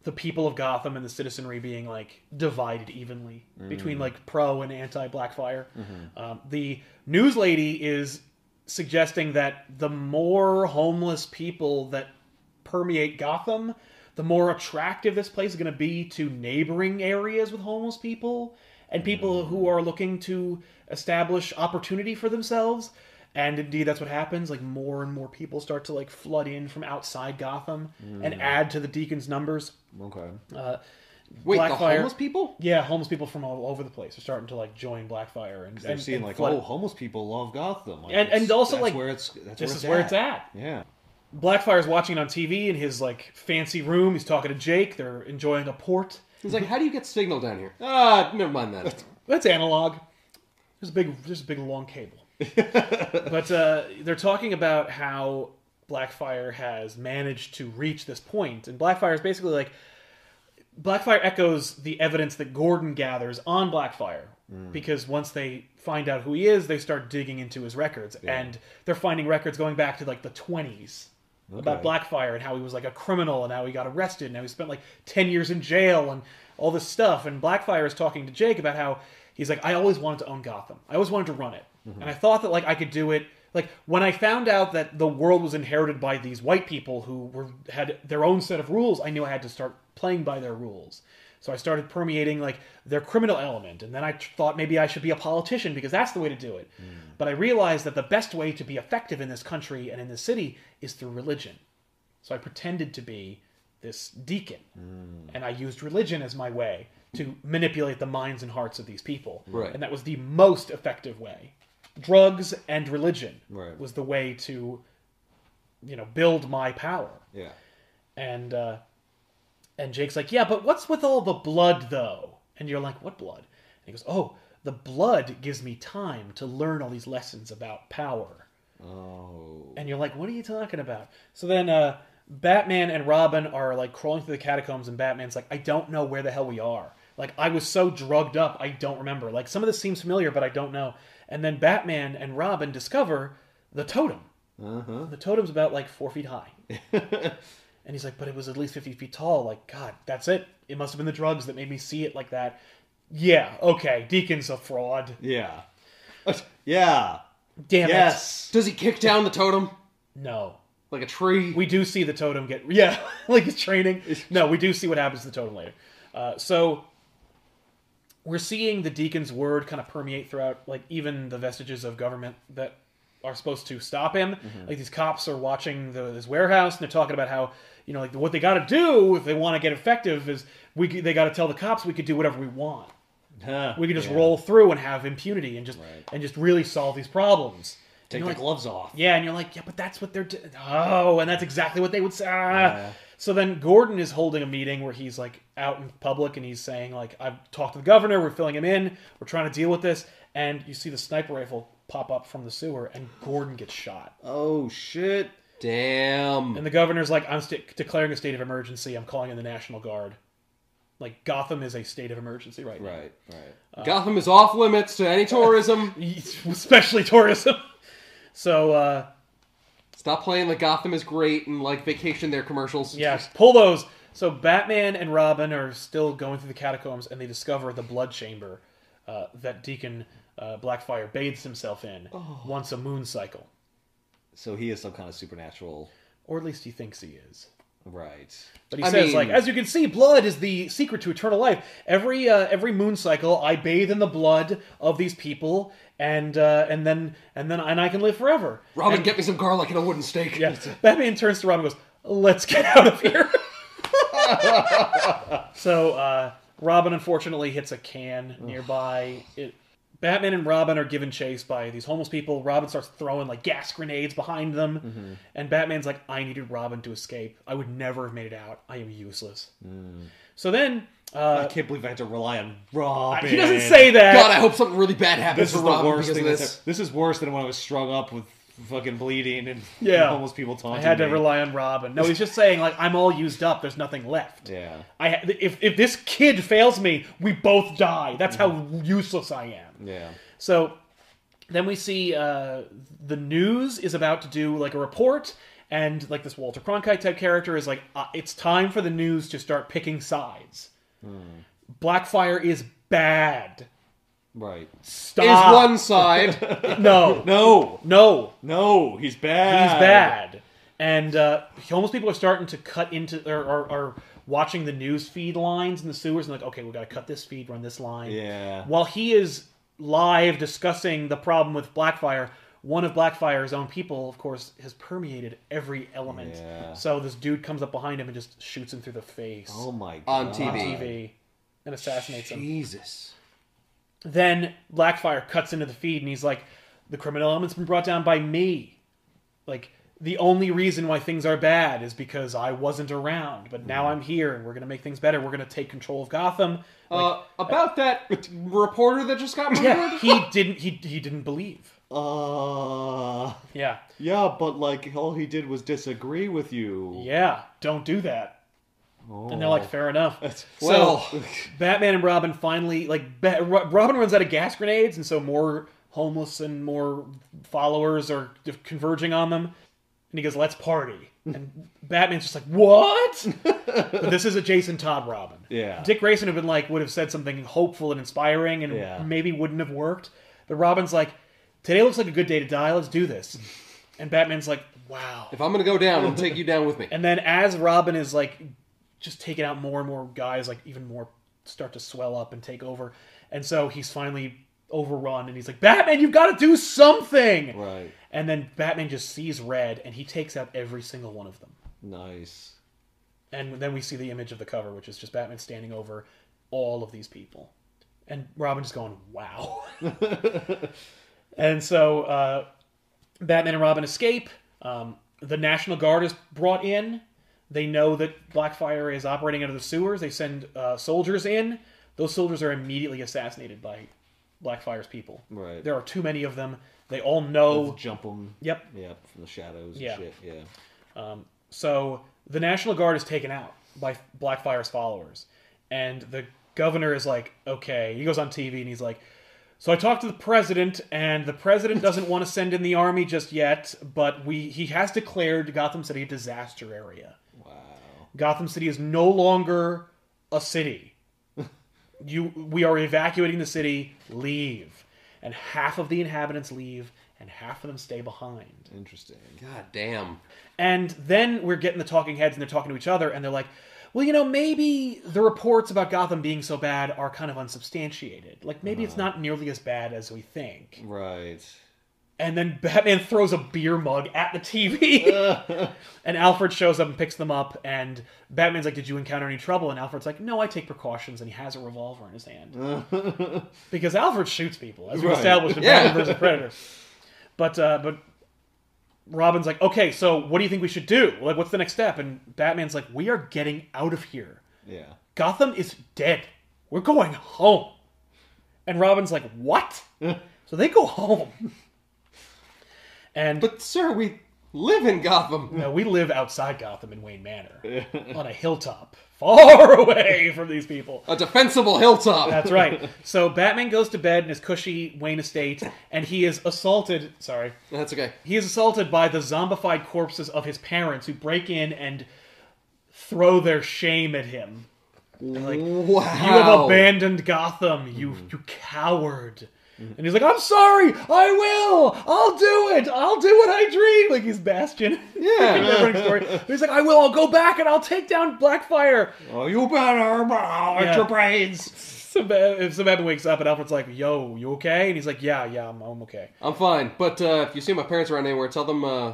Speaker 1: the people of Gotham and the citizenry being like divided evenly between like pro and anti Blackfire. Um, the news lady is suggesting that the more homeless people that permeate Gotham, the more attractive this place is going to be to neighboring areas with homeless people and people
Speaker 2: Mm.
Speaker 1: who are looking to establish opportunity for themselves. And indeed, that's what happens. Like more and more people start to like flood in from outside Gotham
Speaker 2: Mm.
Speaker 1: and add to the Deacon's numbers.
Speaker 2: Okay.
Speaker 3: Wait, the
Speaker 1: Blackfire-
Speaker 3: homeless people?
Speaker 1: Yeah, homeless people from all over the place are starting to like join Blackfire and,
Speaker 2: They're
Speaker 1: and,
Speaker 2: seeing
Speaker 1: and
Speaker 2: like,
Speaker 1: flood-
Speaker 2: oh, homeless people love Gotham, Like,
Speaker 1: And- and
Speaker 2: it's-
Speaker 1: also,
Speaker 2: that's
Speaker 1: like,
Speaker 2: where it's that's
Speaker 1: this
Speaker 2: where
Speaker 1: is where it's at.
Speaker 2: Yeah.
Speaker 1: Blackfire's watching it on TV in his like fancy room. He's talking to Jake. They're enjoying a port.
Speaker 3: He's like, how do you get signal
Speaker 1: [laughs]
Speaker 3: down here? Ah, never mind that.
Speaker 1: That's analog. There's a big, there's a big long cable. but uh, they're talking about how Blackfire has managed to reach this point, and Blackfire is basically like Blackfire echoes the evidence that Gordon gathers on Blackfire. Because once they find out who he is, they start digging into his records, and they're finding records going back to like the 20s about Blackfire and how he was like a criminal and how he got arrested and how he spent like 10 years in jail and all this stuff. And Blackfire is talking to Jake about how he's like, I always wanted to own Gotham. I always wanted to run it. And I thought that like I could do it. Like when I found out that the world was inherited by these white people who were had their own set of rules, I knew I had to start playing by their rules. So I started permeating like their criminal element, and then I t- thought maybe I should be a politician because that's the way to do it. But I realized that the best way to be effective in this country and in this city is through religion. So I pretended to be this deacon, and I used religion as my way to manipulate the minds and hearts of these people.
Speaker 3: Right.
Speaker 1: And that was the most effective way. Drugs and religion
Speaker 2: Right.
Speaker 1: was the way to, you know, build my power
Speaker 2: Yeah.
Speaker 1: and uh, and Jake's like, yeah, but what's with all the blood though? And you're like, what blood? And he goes, oh, the blood gives me time to learn all these lessons about power.
Speaker 2: Oh.
Speaker 1: And you're like, what are you talking about? So then uh, Batman and Robin are like crawling through the catacombs, and Batman's like, I don't know where the hell we are. Like, I was so drugged up, I don't remember. Like, some of this seems familiar, but I don't know. And then Batman and Robin discover the totem. Uh-huh. The totem's about like four feet high. and he's like, but it was at least 50 feet tall. Like, God, that's it. It must have been the drugs that made me see it like that. Yeah, okay, Deacon's a fraud.
Speaker 2: Yeah. [laughs] Yeah.
Speaker 1: Damn
Speaker 2: Yes.
Speaker 3: Does he kick down the totem?
Speaker 1: it. No.
Speaker 3: like a tree.
Speaker 1: we do see the totem get yeah [laughs] like it's training no we do see what happens to the totem later uh, so we're seeing the deacon's word kind of permeate throughout like even the vestiges of government that are supposed to stop him
Speaker 2: Mm-hmm.
Speaker 1: like these cops are watching the, this warehouse and they're talking about how you know like what they got to do if they want to get effective is we c- they got to tell the cops we could do whatever we want
Speaker 2: Huh.
Speaker 1: we could just
Speaker 2: Yeah.
Speaker 1: roll through and have impunity and just
Speaker 2: Right.
Speaker 1: and just really solve these problems You
Speaker 2: Take
Speaker 1: know,
Speaker 2: the
Speaker 1: like-
Speaker 2: gloves off.
Speaker 1: yeah, and you're like, yeah, but that's what they're doing. Oh, and that's exactly what they would say. Ah.
Speaker 2: Yeah.
Speaker 1: So then Gordon is holding a meeting where he's like out in public and he's saying like, I've talked to the governor. We're filling him in. We're trying to deal with this. And you see the sniper rifle pop up from the sewer, and Gordon gets shot.
Speaker 2: Oh shit.
Speaker 3: Damn.
Speaker 1: And the governor's like, I'm st- declaring a state of emergency. I'm calling in the National Guard. Like Gotham is a state of emergency right now,
Speaker 2: Right. Right.
Speaker 1: uh,
Speaker 3: Gotham is off limits to
Speaker 1: [laughs]
Speaker 3: any tourism.
Speaker 1: especially tourism. So uh,
Speaker 3: Stop playing like Gotham is great and like vacation their commercials.
Speaker 1: Yes, pull those. So Batman and Robin are still going through the catacombs, and they discover the blood chamber uh, that Deacon uh, Blackfire bathes himself in
Speaker 3: Oh.
Speaker 1: once a moon cycle,
Speaker 2: So he is some kind of supernatural.
Speaker 1: or at least he thinks he is.
Speaker 2: Right.
Speaker 1: But he
Speaker 3: I
Speaker 1: says,
Speaker 3: mean-
Speaker 1: like, as you can see, blood is the secret to eternal life. Every uh, every moon cycle, I bathe in the blood of these people, and uh, and then and then and I can live forever.
Speaker 3: Robin, get me some garlic and a wooden steak.
Speaker 1: Yeah. Batman turns to Robin and goes, Let's get out of here. so uh, Robin unfortunately hits a can nearby. It, Batman and Robin are given chase by these homeless people. Robin starts throwing like gas grenades behind them. And Batman's like, I needed Robin to escape. I would never have made it out. I am useless. So then
Speaker 2: I
Speaker 1: uh,
Speaker 2: can't believe I had to rely on Robin.
Speaker 1: he doesn't say that.
Speaker 3: God, I hope something really bad
Speaker 2: This
Speaker 3: happens for
Speaker 2: is the
Speaker 3: Robin
Speaker 2: worst
Speaker 3: because
Speaker 2: thing.
Speaker 3: of
Speaker 2: This.
Speaker 3: this.
Speaker 2: this is worse than when I was strung up with fucking bleeding and [laughs]
Speaker 1: Yeah.
Speaker 2: homeless people
Speaker 1: I
Speaker 2: taunting
Speaker 1: had to
Speaker 2: me.
Speaker 1: rely on Robin. No, he's just saying like I'm all used up. There's nothing left.
Speaker 2: Yeah.
Speaker 1: I ha- if if this kid fails me, we both die. That's how useless I am.
Speaker 2: Yeah.
Speaker 1: So then we see uh, the news is about to do like a report, and like this Walter Cronkite type character is like, uh, it's time for the news to start picking sides.
Speaker 2: Hmm.
Speaker 1: Blackfire is bad.
Speaker 2: Right.
Speaker 1: Stop.
Speaker 3: Is one side.
Speaker 1: [laughs]
Speaker 3: [laughs]
Speaker 1: no
Speaker 2: No.
Speaker 1: no
Speaker 2: No. He's bad.
Speaker 1: He's bad. And uh, homeless people are starting to cut into or are, are watching the news feed lines in the sewers and like, okay, we got to cut this feed, run this line.
Speaker 2: Yeah.
Speaker 1: While he is live discussing the problem with Blackfire, one of Blackfire's own people, of course, has permeated every element.
Speaker 2: Yeah.
Speaker 1: So this dude comes up behind him and just shoots him through the face
Speaker 2: Oh my god.
Speaker 3: On
Speaker 1: on
Speaker 3: TV.
Speaker 1: TV and assassinates him
Speaker 2: Jesus.
Speaker 1: then Blackfire cuts into the feed and he's like, the criminal element's been brought down by me. Like, the only reason why things are bad is because I wasn't around, but now I'm here and we're going to make things better. We're going to take control of Gotham. Like,
Speaker 3: uh, about that reporter that just got murdered.
Speaker 1: yeah, he didn't he he didn't believe.
Speaker 2: Uh.
Speaker 1: Yeah.
Speaker 2: Yeah, but like all he did was disagree with you.
Speaker 1: Yeah, don't do that. And
Speaker 2: Oh.
Speaker 1: they're like fair enough.
Speaker 3: Well-
Speaker 2: [laughs]
Speaker 1: so, Batman and Robin finally like ba- Ro- Robin runs out of gas grenades and so more homeless and more followers are converging on them. And he goes, "Let's
Speaker 2: [laughs]
Speaker 1: party." And Batman's just like, "What?" but this is a Jason Todd Robin.
Speaker 2: Yeah.
Speaker 1: Dick Grayson have been like would have said something hopeful and inspiring and
Speaker 2: Yeah.
Speaker 1: maybe wouldn't have worked. But Robin's like, "Today looks like a good day to die. Let's do this." And Batman's like, "Wow."
Speaker 3: If I'm gonna go down, I'll take you down with me.
Speaker 1: And then as Robin is like just taking out more and more guys, like even more start to swell up and take over. And so he's finally overrun and he's like, Batman, you've got to do something.
Speaker 2: Right.
Speaker 1: And then Batman just sees red and he takes out every single one of them.
Speaker 2: Nice.
Speaker 1: And then we see the image of the cover, which is just Batman standing over all of these people. And Robin just going, wow. and so uh, Batman and Robin escape. Um, the National Guard is brought in. They know that Blackfire is operating out of the sewers. They send uh, soldiers in. Those soldiers are immediately assassinated by Blackfire's people.
Speaker 2: Right.
Speaker 1: There are too many of them. They all know.
Speaker 2: Jump him.
Speaker 1: Yep.
Speaker 2: Yeah, from the shadows and
Speaker 1: Yeah.
Speaker 2: shit. Yeah.
Speaker 1: So the National Guard is taken out by Blackfire's followers, and the governor is like, okay. He goes on TV and he's like, so I talked to the president, and the president doesn't want to send in the army just yet, but we he has declared Gotham City a disaster area.
Speaker 2: Wow.
Speaker 1: Gotham City is no longer a city. you, we are evacuating the city. Leave, and half of the inhabitants leave, and half of them stay behind.
Speaker 2: Interesting.
Speaker 3: God damn.
Speaker 1: And then we're getting the talking heads and they're talking to each other and they're like, well, you know, maybe the reports about Gotham being so bad are kind of unsubstantiated. Like, maybe it's not nearly as bad as we think.
Speaker 2: Right.
Speaker 1: And then Batman throws a beer mug at the TV. and Alfred shows up and picks them up. And Batman's like, Did you encounter any trouble? And Alfred's like, No, I take precautions. And he has a revolver in his hand. because Alfred shoots people, as we
Speaker 2: Right.
Speaker 1: established in
Speaker 3: Yeah.
Speaker 1: Batman vs. Predator. But, uh, but Robin's like, Okay, so what do you think we should do? Like, what's the next step? And Batman's like, We are getting out of here.
Speaker 2: Yeah.
Speaker 1: Gotham is dead. We're going home. And Robin's like, What? so they go home. And
Speaker 3: But sir, we live in Gotham.
Speaker 1: no, we live outside Gotham in Wayne Manor on a hilltop, far [laughs] away from these people.
Speaker 3: A defensible hilltop.
Speaker 1: That's right. So Batman goes to bed in his cushy Wayne estate, and he is assaulted. Sorry.
Speaker 3: That's okay.
Speaker 1: He is assaulted by the zombified corpses of his parents who break in and throw their shame at him. They're like, You
Speaker 3: Wow.
Speaker 1: have abandoned Gotham, you you coward. And he's like, I'm sorry, I will, I'll do it, I'll do what I dream. Like he's Bastion. [laughs]
Speaker 3: Yeah.
Speaker 1: Never-ending story. He's like, I will, I'll go back and I'll take down Blackfire.
Speaker 2: Oh, you better bow
Speaker 1: Yeah.
Speaker 2: at your brains.
Speaker 1: So Ba- if Batman wakes up and Alfred's like, Yo, you okay? And he's like, Yeah, yeah, I'm, I'm okay.
Speaker 3: I'm fine. But uh, if you see my parents around anywhere, tell them. Uh,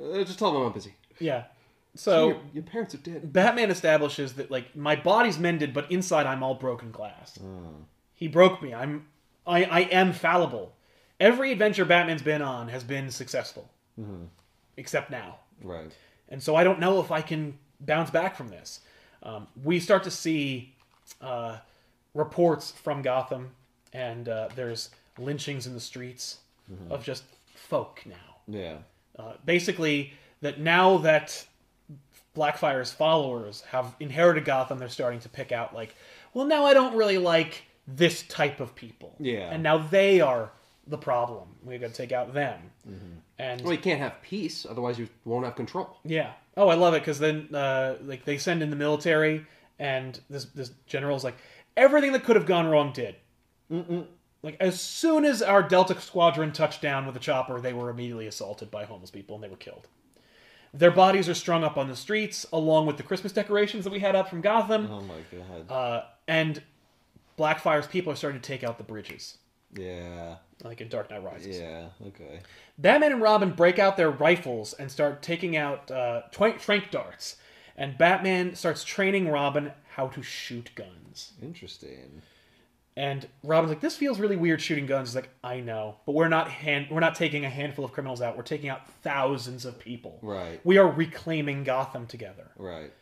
Speaker 3: uh, just tell them I'm busy.
Speaker 1: Yeah. So
Speaker 3: your, your parents are dead.
Speaker 1: Batman establishes that like my body's mended, but inside I'm all broken glass. He broke me. I'm I, I am fallible. Every adventure Batman's been on has been successful, except now,
Speaker 2: Right.
Speaker 1: and so I don't know if I can bounce back from this. Um, we start to see uh, reports from Gotham, and uh, there's lynchings in the streets of just folk now
Speaker 2: Yeah.
Speaker 1: uh, basically that now that Blackfire's followers have inherited Gotham, they're starting to pick out like, well, now I don't really like this type of people.
Speaker 2: Yeah.
Speaker 1: and now they are the problem. We got to take out them. And
Speaker 3: Well, you can't have peace, otherwise you won't have control.
Speaker 1: yeah. Oh, I love it because then uh, like they send in the military, and this this general's like, everything that could have gone wrong did. Mm-mm. Like as soon as our Delta Squadron touched down with a chopper, they were immediately assaulted by homeless people and they were killed. Their bodies are strung up on the streets along with the Christmas decorations that we had up from Gotham,
Speaker 2: Oh my god.
Speaker 1: uh, and Blackfire's people are starting to take out the bridges,
Speaker 2: yeah.
Speaker 1: like in Dark Knight Rises.
Speaker 2: Yeah. Okay.
Speaker 1: Batman and Robin break out their rifles and start taking out uh, twank, trank darts. And Batman starts training Robin how to shoot guns.
Speaker 2: Interesting.
Speaker 1: And Robin's like, "This feels really weird shooting guns." He's like, "I know, but we're not hand, we're not taking a handful of criminals out. We're taking out thousands of people.
Speaker 2: Right.
Speaker 1: We are reclaiming Gotham together."
Speaker 2: Right.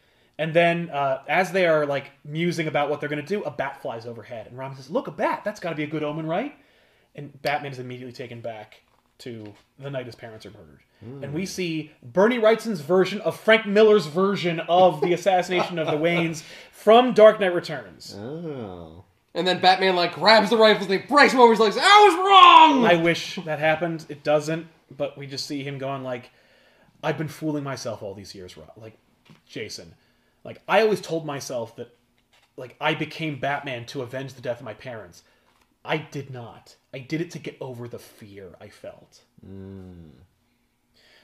Speaker 1: And then, uh, as they are like musing about what they're going to do, a bat flies overhead, and Robin says, "Look, a bat. That's got to be a good omen, right?" And Batman is immediately taken back to the night his parents are murdered, and we see Bernie Wrightson's version of Frank Miller's version of the assassination of the Waynes from Dark Knight Returns.
Speaker 2: Oh.
Speaker 3: And then Batman like grabs the rifles and he breaks them over his legs. I was wrong.
Speaker 1: I wish that happened. It doesn't, but we just see him going like, "I've been fooling myself all these years, Rob." Like, Jason, like I always told myself that, like I became Batman to avenge the death of my parents. I did not. I did it to get over the fear I felt.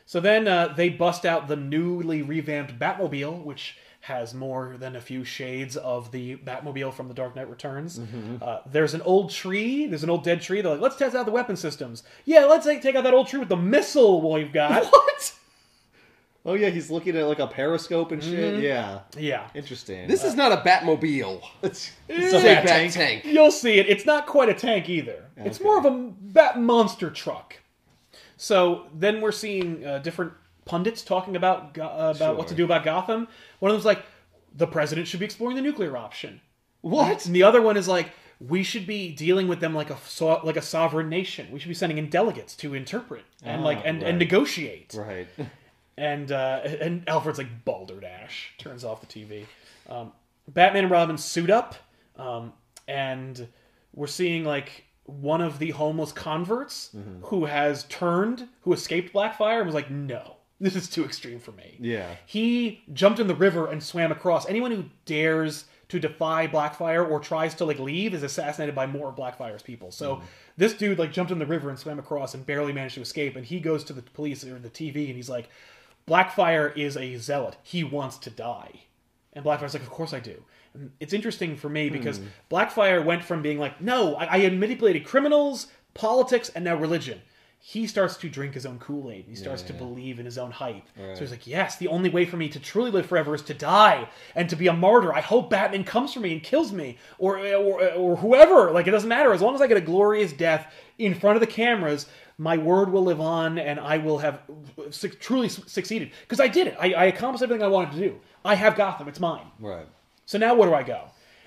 Speaker 1: So then uh, they bust out the newly revamped Batmobile, which has more than a few shades of the Batmobile from The Dark Knight Returns. Uh, there's an old tree. There's an old dead tree. They're like, let's test out the weapon systems. Yeah, let's like, take out that old tree with the missile we've got.
Speaker 3: what?
Speaker 2: Oh yeah, he's looking at like a periscope and
Speaker 1: Mm-hmm.
Speaker 2: shit. Yeah.
Speaker 1: Yeah.
Speaker 2: Interesting.
Speaker 3: This is not a Batmobile.
Speaker 2: It's,
Speaker 3: It's
Speaker 2: a
Speaker 3: a
Speaker 2: bat
Speaker 3: bat
Speaker 2: tank.
Speaker 3: tank.
Speaker 1: You'll see it. It's not quite a tank either. It's more of a bat monster truck. So then we're seeing uh, different pundits talking about Go- uh, about what to
Speaker 2: Sure.
Speaker 1: do about Gotham. One of them's like, the president should be exploring the nuclear option.
Speaker 3: What?
Speaker 1: And the other one is like, we should be dealing with them like a so, like a sovereign nation. We should be sending in delegates to interpret and like and,
Speaker 2: Ah, right.
Speaker 1: and negotiate.
Speaker 2: Right.
Speaker 1: And uh, and Alfred's like balderdash, turns off the TV. Um, Batman and Robin suit up, um, and we're seeing like one of the homeless converts who has turned, who escaped Blackfire, and was like, no, this is too extreme for me.
Speaker 2: Yeah.
Speaker 1: He jumped in the river and swam across. Anyone who dares to defy Blackfire or tries to like leave is assassinated by more of Blackfire's people. So this dude like jumped in the river and swam across and barely managed to escape. And he goes to the police or the TV and he's like, Blackfire is a zealot. He wants to die. And Blackfire's like, of course I do. And it's interesting for me because Blackfire went from being like, no, I, I had manipulated criminals, politics, and now religion. He starts to drink his own Kool Aid. He starts to believe in his own hype. So he's like, yes, the only way for me to truly live forever is to die and to be a martyr. I hope Batman comes for me and kills me or, or, or whoever. Like, it doesn't matter. As long as I get a glorious death in front of the cameras, my word will live on and I will have su- truly su- succeeded. Because I did it. I, I accomplished everything I wanted to do. I have Gotham. It's mine.
Speaker 2: Right.
Speaker 1: So now where do I go?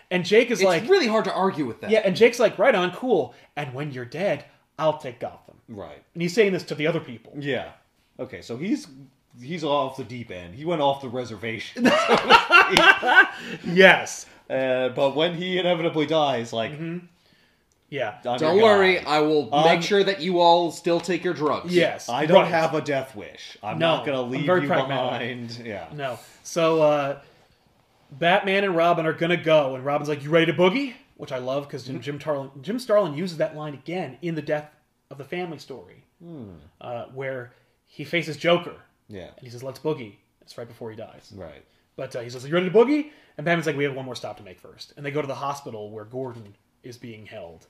Speaker 1: And Jake is
Speaker 3: It's
Speaker 1: like,
Speaker 3: really hard to argue with that.
Speaker 1: yeah, and Jake's like, right on, cool. And when you're dead, I'll take Gotham.
Speaker 2: Right.
Speaker 1: And he's saying this to the other people.
Speaker 2: Yeah. Okay, so he's he's off the deep end. He went off
Speaker 1: [laughs]
Speaker 2: the reservation.
Speaker 1: Yes.
Speaker 2: Uh, but when he inevitably dies, like
Speaker 1: Mm-hmm. Yeah.
Speaker 2: I'm
Speaker 3: Don't
Speaker 2: your
Speaker 3: worry,
Speaker 2: guy.
Speaker 3: I will
Speaker 2: Um,
Speaker 3: make sure that you all still take your drugs.
Speaker 1: Yes.
Speaker 2: I don't
Speaker 1: Right.
Speaker 2: have a death wish. I'm
Speaker 1: No,
Speaker 2: not gonna
Speaker 1: I'm
Speaker 2: leave
Speaker 1: very
Speaker 2: you
Speaker 1: pragmatic.
Speaker 2: behind. Yeah.
Speaker 1: No. So uh, Batman and Robin are gonna go, and Robin's like, "You ready to boogie?" Which I love because Jim, Jim Tarlin, Jim Starlin uses that line again in the Death of the Family story, uh, where he faces Joker
Speaker 2: Yeah.
Speaker 1: and he says, "Let's boogie." It's right before he dies.
Speaker 2: Right.
Speaker 1: But uh, he says, "You ready to boogie?" And Batman's like, "We have one more stop to make first. And they go to the hospital where Gordon is being held,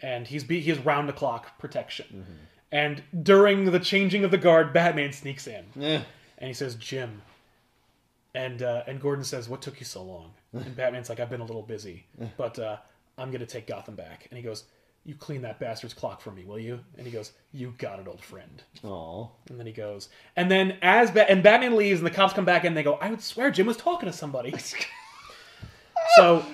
Speaker 1: and he's be- he has round the clock protection. And during the changing of the guard, Batman sneaks in
Speaker 2: Eh.
Speaker 1: and he says, "Jim." And uh, and Gordon says, "What took you so long?" And Batman's like, "I've been a little busy, but uh, I'm gonna take Gotham back." And he goes, "You clean that bastard's clock for me, will you?" And he goes, "You got it, old friend."
Speaker 2: Aw.
Speaker 1: And then he goes, and then as ba- and Batman leaves, and the cops come back, and they go, "I would swear Jim was talking to somebody." so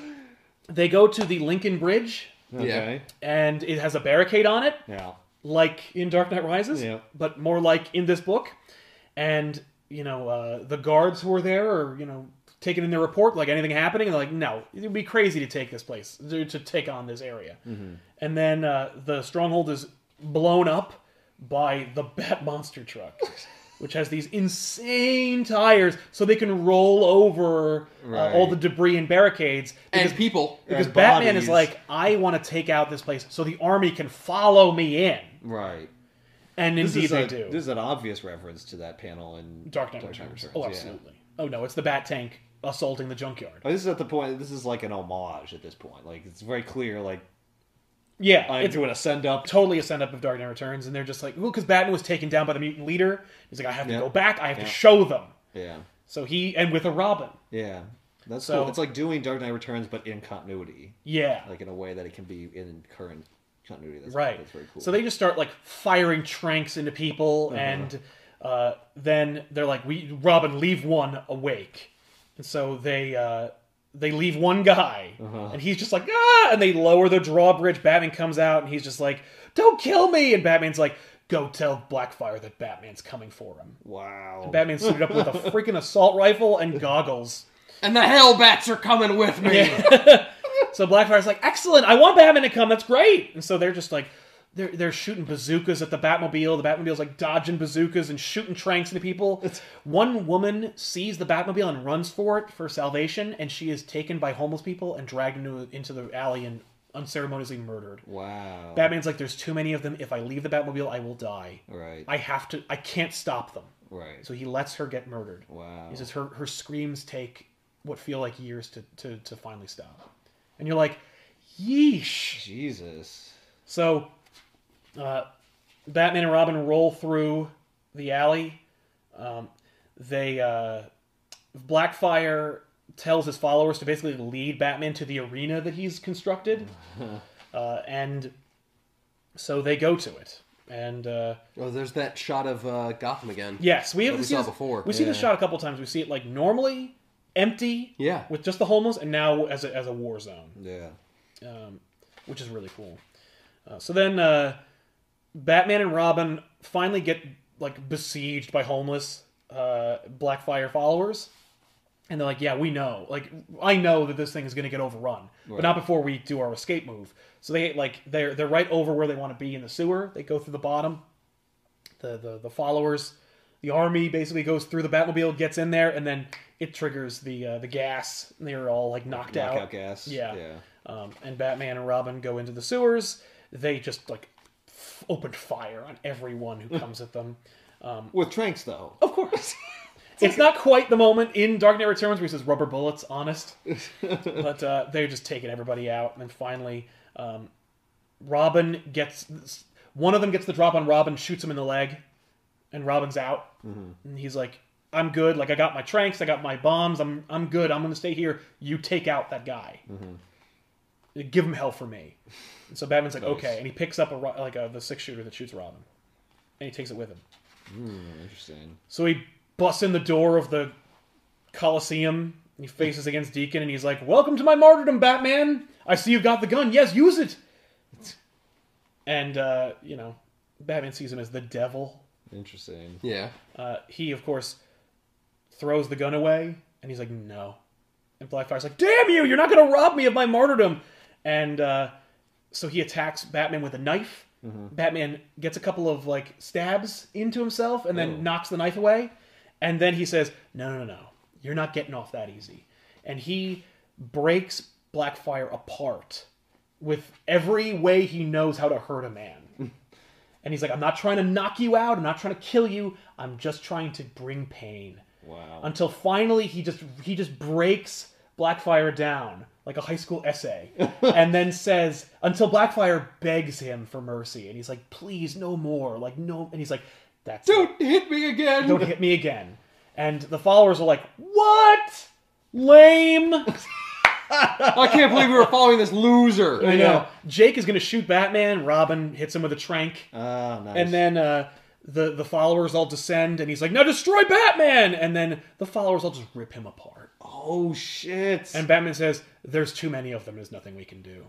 Speaker 1: they go to the Lincoln Bridge,
Speaker 2: Okay.
Speaker 1: and it has a barricade on it,
Speaker 2: Yeah.
Speaker 1: like in Dark Knight Rises,
Speaker 2: Yeah.
Speaker 1: but more like in this book. And you know, uh, the guards who are there are you know taking in their report like anything happening, and they're like, no, it would be crazy to take this place to to take on this area.
Speaker 2: Mm-hmm.
Speaker 1: And then uh, the stronghold is blown up by the Bat Monster
Speaker 2: [laughs]
Speaker 1: truck. Which has these insane tires, so they can roll over uh, all
Speaker 2: Right.
Speaker 1: the debris and barricades.
Speaker 3: And
Speaker 1: because-
Speaker 3: people.
Speaker 1: because
Speaker 2: and
Speaker 1: Batman is
Speaker 2: bodies.
Speaker 1: like, I want to take out this place so the army can follow me in.
Speaker 2: Right.
Speaker 1: And
Speaker 2: This
Speaker 1: indeed
Speaker 2: is,
Speaker 1: they
Speaker 2: a,
Speaker 1: do.
Speaker 2: this is an obvious reference to that panel in
Speaker 1: Dark Knight Returns. Oh, absolutely. Oh no, it's the Bat Tank assaulting the junkyard.
Speaker 2: Oh, this is at the point. This is like an homage at this point. Like it's very clear. Like
Speaker 1: Yeah,
Speaker 2: I'm
Speaker 1: it's
Speaker 2: doing a send up.
Speaker 1: totally a send up of Dark Knight Returns, and they're just like, well, because Batman was taken down by the mutant leader. He's like, I have to
Speaker 2: Yeah.
Speaker 1: go back. I have
Speaker 2: Yeah.
Speaker 1: to show them.
Speaker 2: Yeah.
Speaker 1: So he and with a Robin.
Speaker 2: Yeah. That's
Speaker 1: So-
Speaker 2: cool. It's like doing Dark Knight Returns, but in continuity,
Speaker 1: Yeah.
Speaker 2: like in a way that it can be in current continuity. That's,
Speaker 1: Right.
Speaker 2: That's very cool. Uh-huh.
Speaker 1: So they just start like firing tranks into people, and uh, then they're like, "We Robin, leave one awake," and so they uh, they leave one guy,
Speaker 2: Uh-huh.
Speaker 1: and he's just like, "Ah!" and they lower the drawbridge. Batman comes out, and he's just like, "Don't kill me!" and Batman's like, "Go tell Blackfire that Batman's coming for him."
Speaker 2: wow.
Speaker 1: Batman's suited up with
Speaker 2: [laughs]
Speaker 1: a freaking assault rifle and goggles.
Speaker 3: And the Hellbats are coming with me.
Speaker 1: So Blackfire's like, excellent, I want Batman to come, that's great. And so they're just like, they're, they're shooting bazookas at the Batmobile. The Batmobile's like dodging bazookas and shooting tranks into people. One woman sees the Batmobile and runs for it for salvation, and she is taken by homeless people and dragged into, into the alley and unceremoniously murdered.
Speaker 2: Wow.
Speaker 1: Batman's like, there's too many of them. If I leave the Batmobile, I will die.
Speaker 2: right.
Speaker 1: I have to, I can't stop them.
Speaker 2: right.
Speaker 1: So he lets her get murdered.
Speaker 2: wow.
Speaker 1: He says her her screams take what feel like years to to, to finally stop, and you're like, yeesh.
Speaker 2: Jesus.
Speaker 1: So, uh, Batman and Robin roll through the alley. Um, they uh, Blackfire tells his followers to basically lead Batman to the arena that he's constructed, uh, and so they go to it. And uh,
Speaker 3: [laughs] oh, there's that shot of uh, Gotham again.
Speaker 1: yes, we have
Speaker 3: That we
Speaker 1: seen
Speaker 3: saw
Speaker 1: this-
Speaker 3: before.
Speaker 1: We see this
Speaker 2: Yeah.
Speaker 1: shot a couple times. We see it like normally empty,
Speaker 3: Yeah.
Speaker 1: with just the homeless, and now as a, as a war zone,
Speaker 2: Yeah.
Speaker 1: which is really cool. Uh, so then, uh, Batman and Robin finally get like besieged by homeless uh, Blackfire followers, and they're like, "Yeah, we know. Like, I know that this thing is going to get overrun, but not before we do our escape move." So they like they're they're right over where they want to be in the sewer. They go through the bottom. The the, the followers The army basically goes through the Batmobile, gets in there, and then it triggers the uh, the gas. And they're all like knocked out.
Speaker 2: Knockout gas.
Speaker 1: Yeah.
Speaker 2: Yeah.
Speaker 1: Um, and Batman and Robin go into the sewers. They just like f- opened fire on everyone who comes at them.
Speaker 2: With Tranks though.
Speaker 1: Of course. It's not quite the moment in Dark Knight Returns where he says rubber bullets, honest. but uh, they're just taking everybody out. And then finally, um, Robin gets. One of them gets the drop on Robin, shoots him in the leg, and Robin's out. And he's like, I'm good. Like, I got my tranks, I got my bombs. I'm, I'm good. I'm going to stay here. You take out that guy. Give him hell for me. And so Batman's like, okay. And he picks up a, ro- like a, the six shooter that shoots Robin, and he takes it with him.
Speaker 2: Interesting.
Speaker 1: So he busts in the door of the Coliseum. and He faces against Deacon and he's like, Welcome to my martyrdom, Batman! I see you've got the gun. Yes, use it! And, uh, you know, Batman sees him as the devil.
Speaker 2: Interesting.
Speaker 3: Yeah.
Speaker 1: Uh, he, of course, throws the gun away and he's like, No. And Blackfire's like, Damn you! You're not gonna rob me of my martyrdom! And, uh, so he attacks Batman with a knife. Batman gets a couple of like stabs into himself and then knocks the knife away. And then he says, "No, no, no, no. You're not getting off that easy." And he breaks Blackfire apart with every way he knows how to hurt a man. and he's like, "I'm not trying to knock you out. I'm not trying to kill you. I'm just trying to bring pain."
Speaker 2: Wow.
Speaker 1: until finally he just he just breaks Blackfire down like a high school [laughs] essay, and then says until Blackfire begs him for mercy, and he's like, "Please, no more, like no," and he's like, "That's it.
Speaker 3: Don't hit me again.
Speaker 1: don't hit me again." And the followers are like, "What? Lame!"
Speaker 3: I can't believe we were following this
Speaker 1: [laughs]
Speaker 3: loser.
Speaker 1: I know Jake is gonna shoot Batman. Robin hits him with a trank.
Speaker 2: Ah, nice.
Speaker 1: And then uh, the the followers all descend, and he's like, "Now destroy Batman!" And then the followers all just rip him apart.
Speaker 2: oh shit.
Speaker 1: And Batman says, "There's too many of them. There's nothing we can do."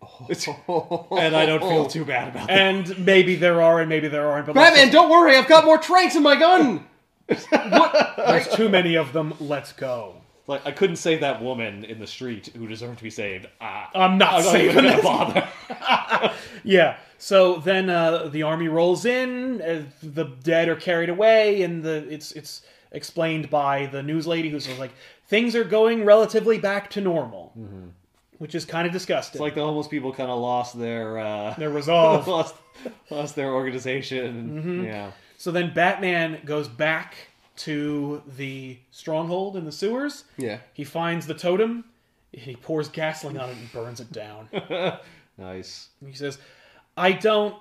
Speaker 1: [laughs]
Speaker 2: and I don't feel too bad about
Speaker 1: And maybe there are, and maybe there aren't. But let's
Speaker 3: Batman, don't worry. I've got more tranks in my gun.
Speaker 1: just- there's too many of them. Let's go.
Speaker 4: Like I couldn't save that woman in the street who deserved to be saved.
Speaker 1: [laughs]
Speaker 4: Ah,
Speaker 1: I'm not
Speaker 4: I'm not
Speaker 1: saving
Speaker 4: even gonna
Speaker 1: this.
Speaker 4: bother.
Speaker 1: Yeah. So then uh, the army rolls in. Uh, the dead are carried away, and the it's it's explained by the news lady who's like, "Things are going relatively back to normal," which is kind of disgusting.
Speaker 2: Mm-hmm. It's
Speaker 1: [laughs]
Speaker 2: like the homeless people kind of lost their uh,
Speaker 1: their resolve.
Speaker 2: [laughs] lost lost their organization.
Speaker 1: Mm-hmm.
Speaker 2: Yeah.
Speaker 1: So then Batman goes back to the stronghold in the sewers.
Speaker 3: Yeah.
Speaker 1: He finds the totem, and he pours gasoline on it and burns it down. And
Speaker 2: Nice.
Speaker 1: he says, I don't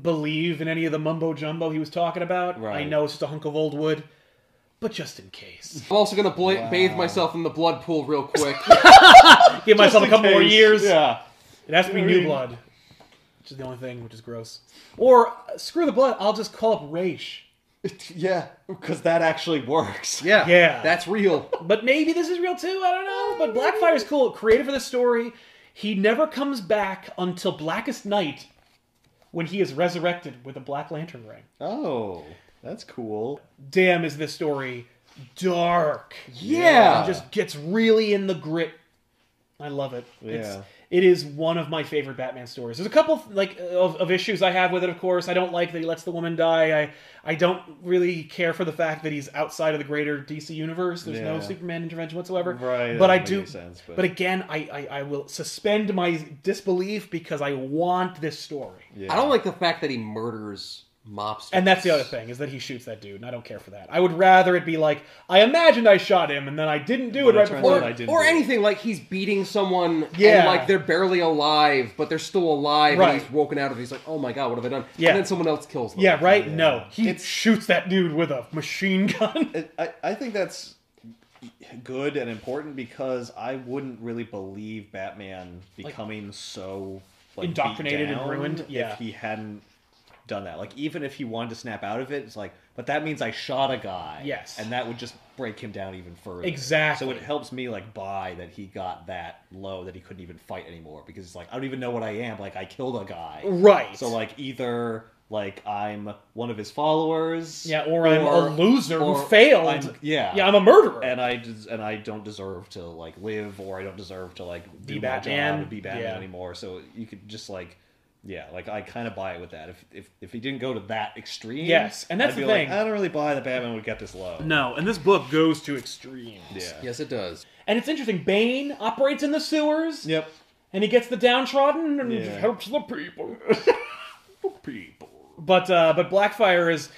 Speaker 1: believe in any of the mumbo jumbo he was talking about. I
Speaker 2: Right.
Speaker 1: know it's just a hunk of old wood, but just in case.
Speaker 2: [laughs]
Speaker 3: I'm also gonna bla- bathe myself in the blood pool real quick.
Speaker 1: Give myself a
Speaker 2: In
Speaker 1: couple more
Speaker 2: case-
Speaker 1: years.
Speaker 2: Yeah.
Speaker 1: It has to be new blood, which is the only thing which is gross. Or uh, screw the blood, I'll just call up Raish.
Speaker 2: Yeah. Because that actually works.
Speaker 3: yeah.
Speaker 1: Yeah.
Speaker 3: That's real.
Speaker 1: But maybe this is real too. I don't know. But Blackfire's cool, creative for the story. He never comes back until Blackest Night, when he is resurrected with a Black Lantern ring.
Speaker 2: Oh, that's cool.
Speaker 1: Damn, is this story dark?
Speaker 3: Yeah.
Speaker 1: It just gets really in the grit. I love it. It's,
Speaker 2: Yeah.
Speaker 1: it is one of my favorite Batman stories. There's a couple like of, of issues I have with it. Of course, I don't like that he lets the woman die. I I don't really care for the fact that he's outside of the greater DC universe. There's no
Speaker 2: Yeah.
Speaker 1: Superman intervention whatsoever.
Speaker 2: Right, that
Speaker 1: But I
Speaker 2: doesn't
Speaker 1: do.
Speaker 2: make any sense,
Speaker 1: but...
Speaker 2: but-
Speaker 1: again, I, I I will suspend my disbelief because I want this story.
Speaker 2: Yeah.
Speaker 3: I don't like the fact that he murders mobsters.
Speaker 1: And that's the other thing is that he shoots that dude, and I don't care for that. I would rather it be like I imagined I shot him, and then I didn't do it
Speaker 2: I
Speaker 1: right
Speaker 2: turned
Speaker 1: before.
Speaker 2: out I
Speaker 3: Or,
Speaker 2: didn't
Speaker 3: or
Speaker 2: do it.
Speaker 3: anything like he's beating someone
Speaker 1: Yeah.
Speaker 3: and like they're barely alive, but they're still alive
Speaker 1: Right.
Speaker 3: and he's woken out of it. He's like, oh my god, what have I done?
Speaker 1: Yeah.
Speaker 3: And then someone else kills them.
Speaker 1: Yeah, right? No. He
Speaker 2: It's-
Speaker 1: shoots that dude with a machine gun. [laughs]
Speaker 2: It- I, I think that's good and important because I wouldn't really believe Batman becoming so like, beat
Speaker 1: Indoctrinated and
Speaker 2: down
Speaker 1: ruined? Yeah.
Speaker 2: If he hadn't done that, like even if he wanted to snap out of it, it's like, but that means I shot a guy.
Speaker 1: Yes.
Speaker 2: and that would just break him down even further.
Speaker 1: Exactly.
Speaker 2: So it helps me like buy that he got that low that he couldn't even fight anymore because it's like I don't even know what I am. Like I killed a guy.
Speaker 1: Right.
Speaker 2: So like either like I'm one of his followers.
Speaker 1: yeah, or I'm a loser
Speaker 2: or
Speaker 1: who failed.
Speaker 2: I'm- yeah.
Speaker 1: Yeah, I'm a murderer.
Speaker 2: and I des- and I don't deserve to like live, or I don't deserve to like
Speaker 1: Be
Speaker 2: do my
Speaker 1: Batman.
Speaker 2: job and be Batman
Speaker 1: Yeah.
Speaker 2: anymore. So you could just like Yeah, like I kind of buy it with that. If if if he didn't go to that extreme,
Speaker 1: Yes, and that's
Speaker 2: I'd be
Speaker 1: the
Speaker 2: like,
Speaker 1: thing.
Speaker 2: I don't really buy that Batman would get this low.
Speaker 1: No, and this book goes to extremes.
Speaker 2: Yeah.
Speaker 3: Yes, it does.
Speaker 1: And it's interesting. Bane operates in the sewers,
Speaker 2: Yep.
Speaker 1: and he gets the downtrodden and
Speaker 2: Yeah.
Speaker 1: helps the people. [laughs] The people. But uh, but Blackfire is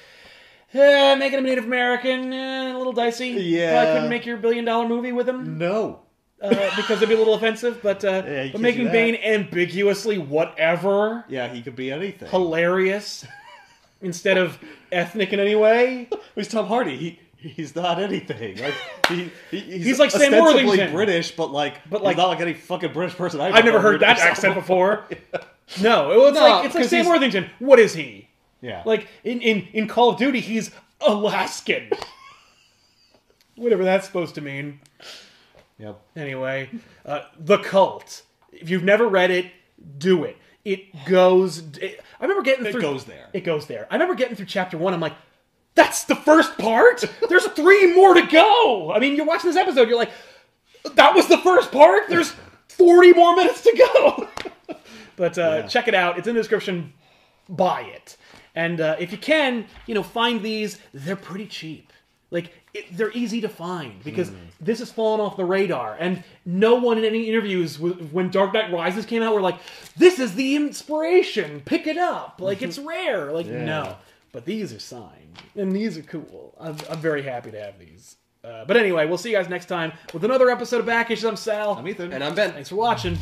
Speaker 1: eh, making him Native American, eh, a little dicey.
Speaker 2: Yeah.
Speaker 1: Probably couldn't make your billion dollar movie with him
Speaker 2: No. [laughs]
Speaker 1: uh, because it'd be a little offensive. But uh,
Speaker 2: Yeah, you
Speaker 1: but
Speaker 2: can't do
Speaker 1: making
Speaker 2: that.
Speaker 1: Bane ambiguously whatever
Speaker 2: Yeah, he could be anything. [laughs]
Speaker 1: hilarious instead of ethnic in any way.
Speaker 2: He's Tom Hardy. He he's not anything. Like he,
Speaker 1: [laughs]
Speaker 2: he he's,
Speaker 1: He's like Sam
Speaker 2: ostensibly
Speaker 1: Worthington.
Speaker 2: British, but like
Speaker 1: But,
Speaker 2: but
Speaker 1: like-
Speaker 2: like not like any fucking British person. I've,
Speaker 1: I've never
Speaker 2: ever
Speaker 1: heard that accent
Speaker 2: [laughs]
Speaker 1: before. No, it- it's
Speaker 3: No,
Speaker 1: like it's like
Speaker 3: 'cause
Speaker 1: Sam
Speaker 3: he's-
Speaker 1: Worthington. What is he?
Speaker 2: Yeah,
Speaker 1: Like in, in, in Call of Duty, he's Alaskan. Whatever that's supposed to mean.
Speaker 2: yep.
Speaker 1: Anyway, uh, the cult. If you've never read it, do it. It goes. It, I remember getting
Speaker 2: It
Speaker 1: through.
Speaker 2: goes there.
Speaker 1: It goes there. I remember getting through chapter one. I'm like, that's the first part. There's three more to go. I mean, you're watching this episode. You're like, that was the first part. There's 40 more minutes to go. but uh,
Speaker 2: Yeah.
Speaker 1: check it out. It's in the description. Buy it, and uh, if you can, you know, find these. They're pretty cheap. Like it, they're easy to find because
Speaker 2: Mm.
Speaker 1: this has fallen off the radar, and no one in any interviews w- when Dark Knight Rises came out were like, "This is the inspiration. Pick it up. Like it's
Speaker 2: Mm-hmm.
Speaker 1: rare. Like no." But these are signed, and these are cool. I'm, I'm very happy to have these. Uh, but anyway, we'll see you guys next time with another episode of Back Issues. I'm Sal.
Speaker 2: I'm Ethan.
Speaker 3: And I'm Ben.
Speaker 1: Thanks for watching.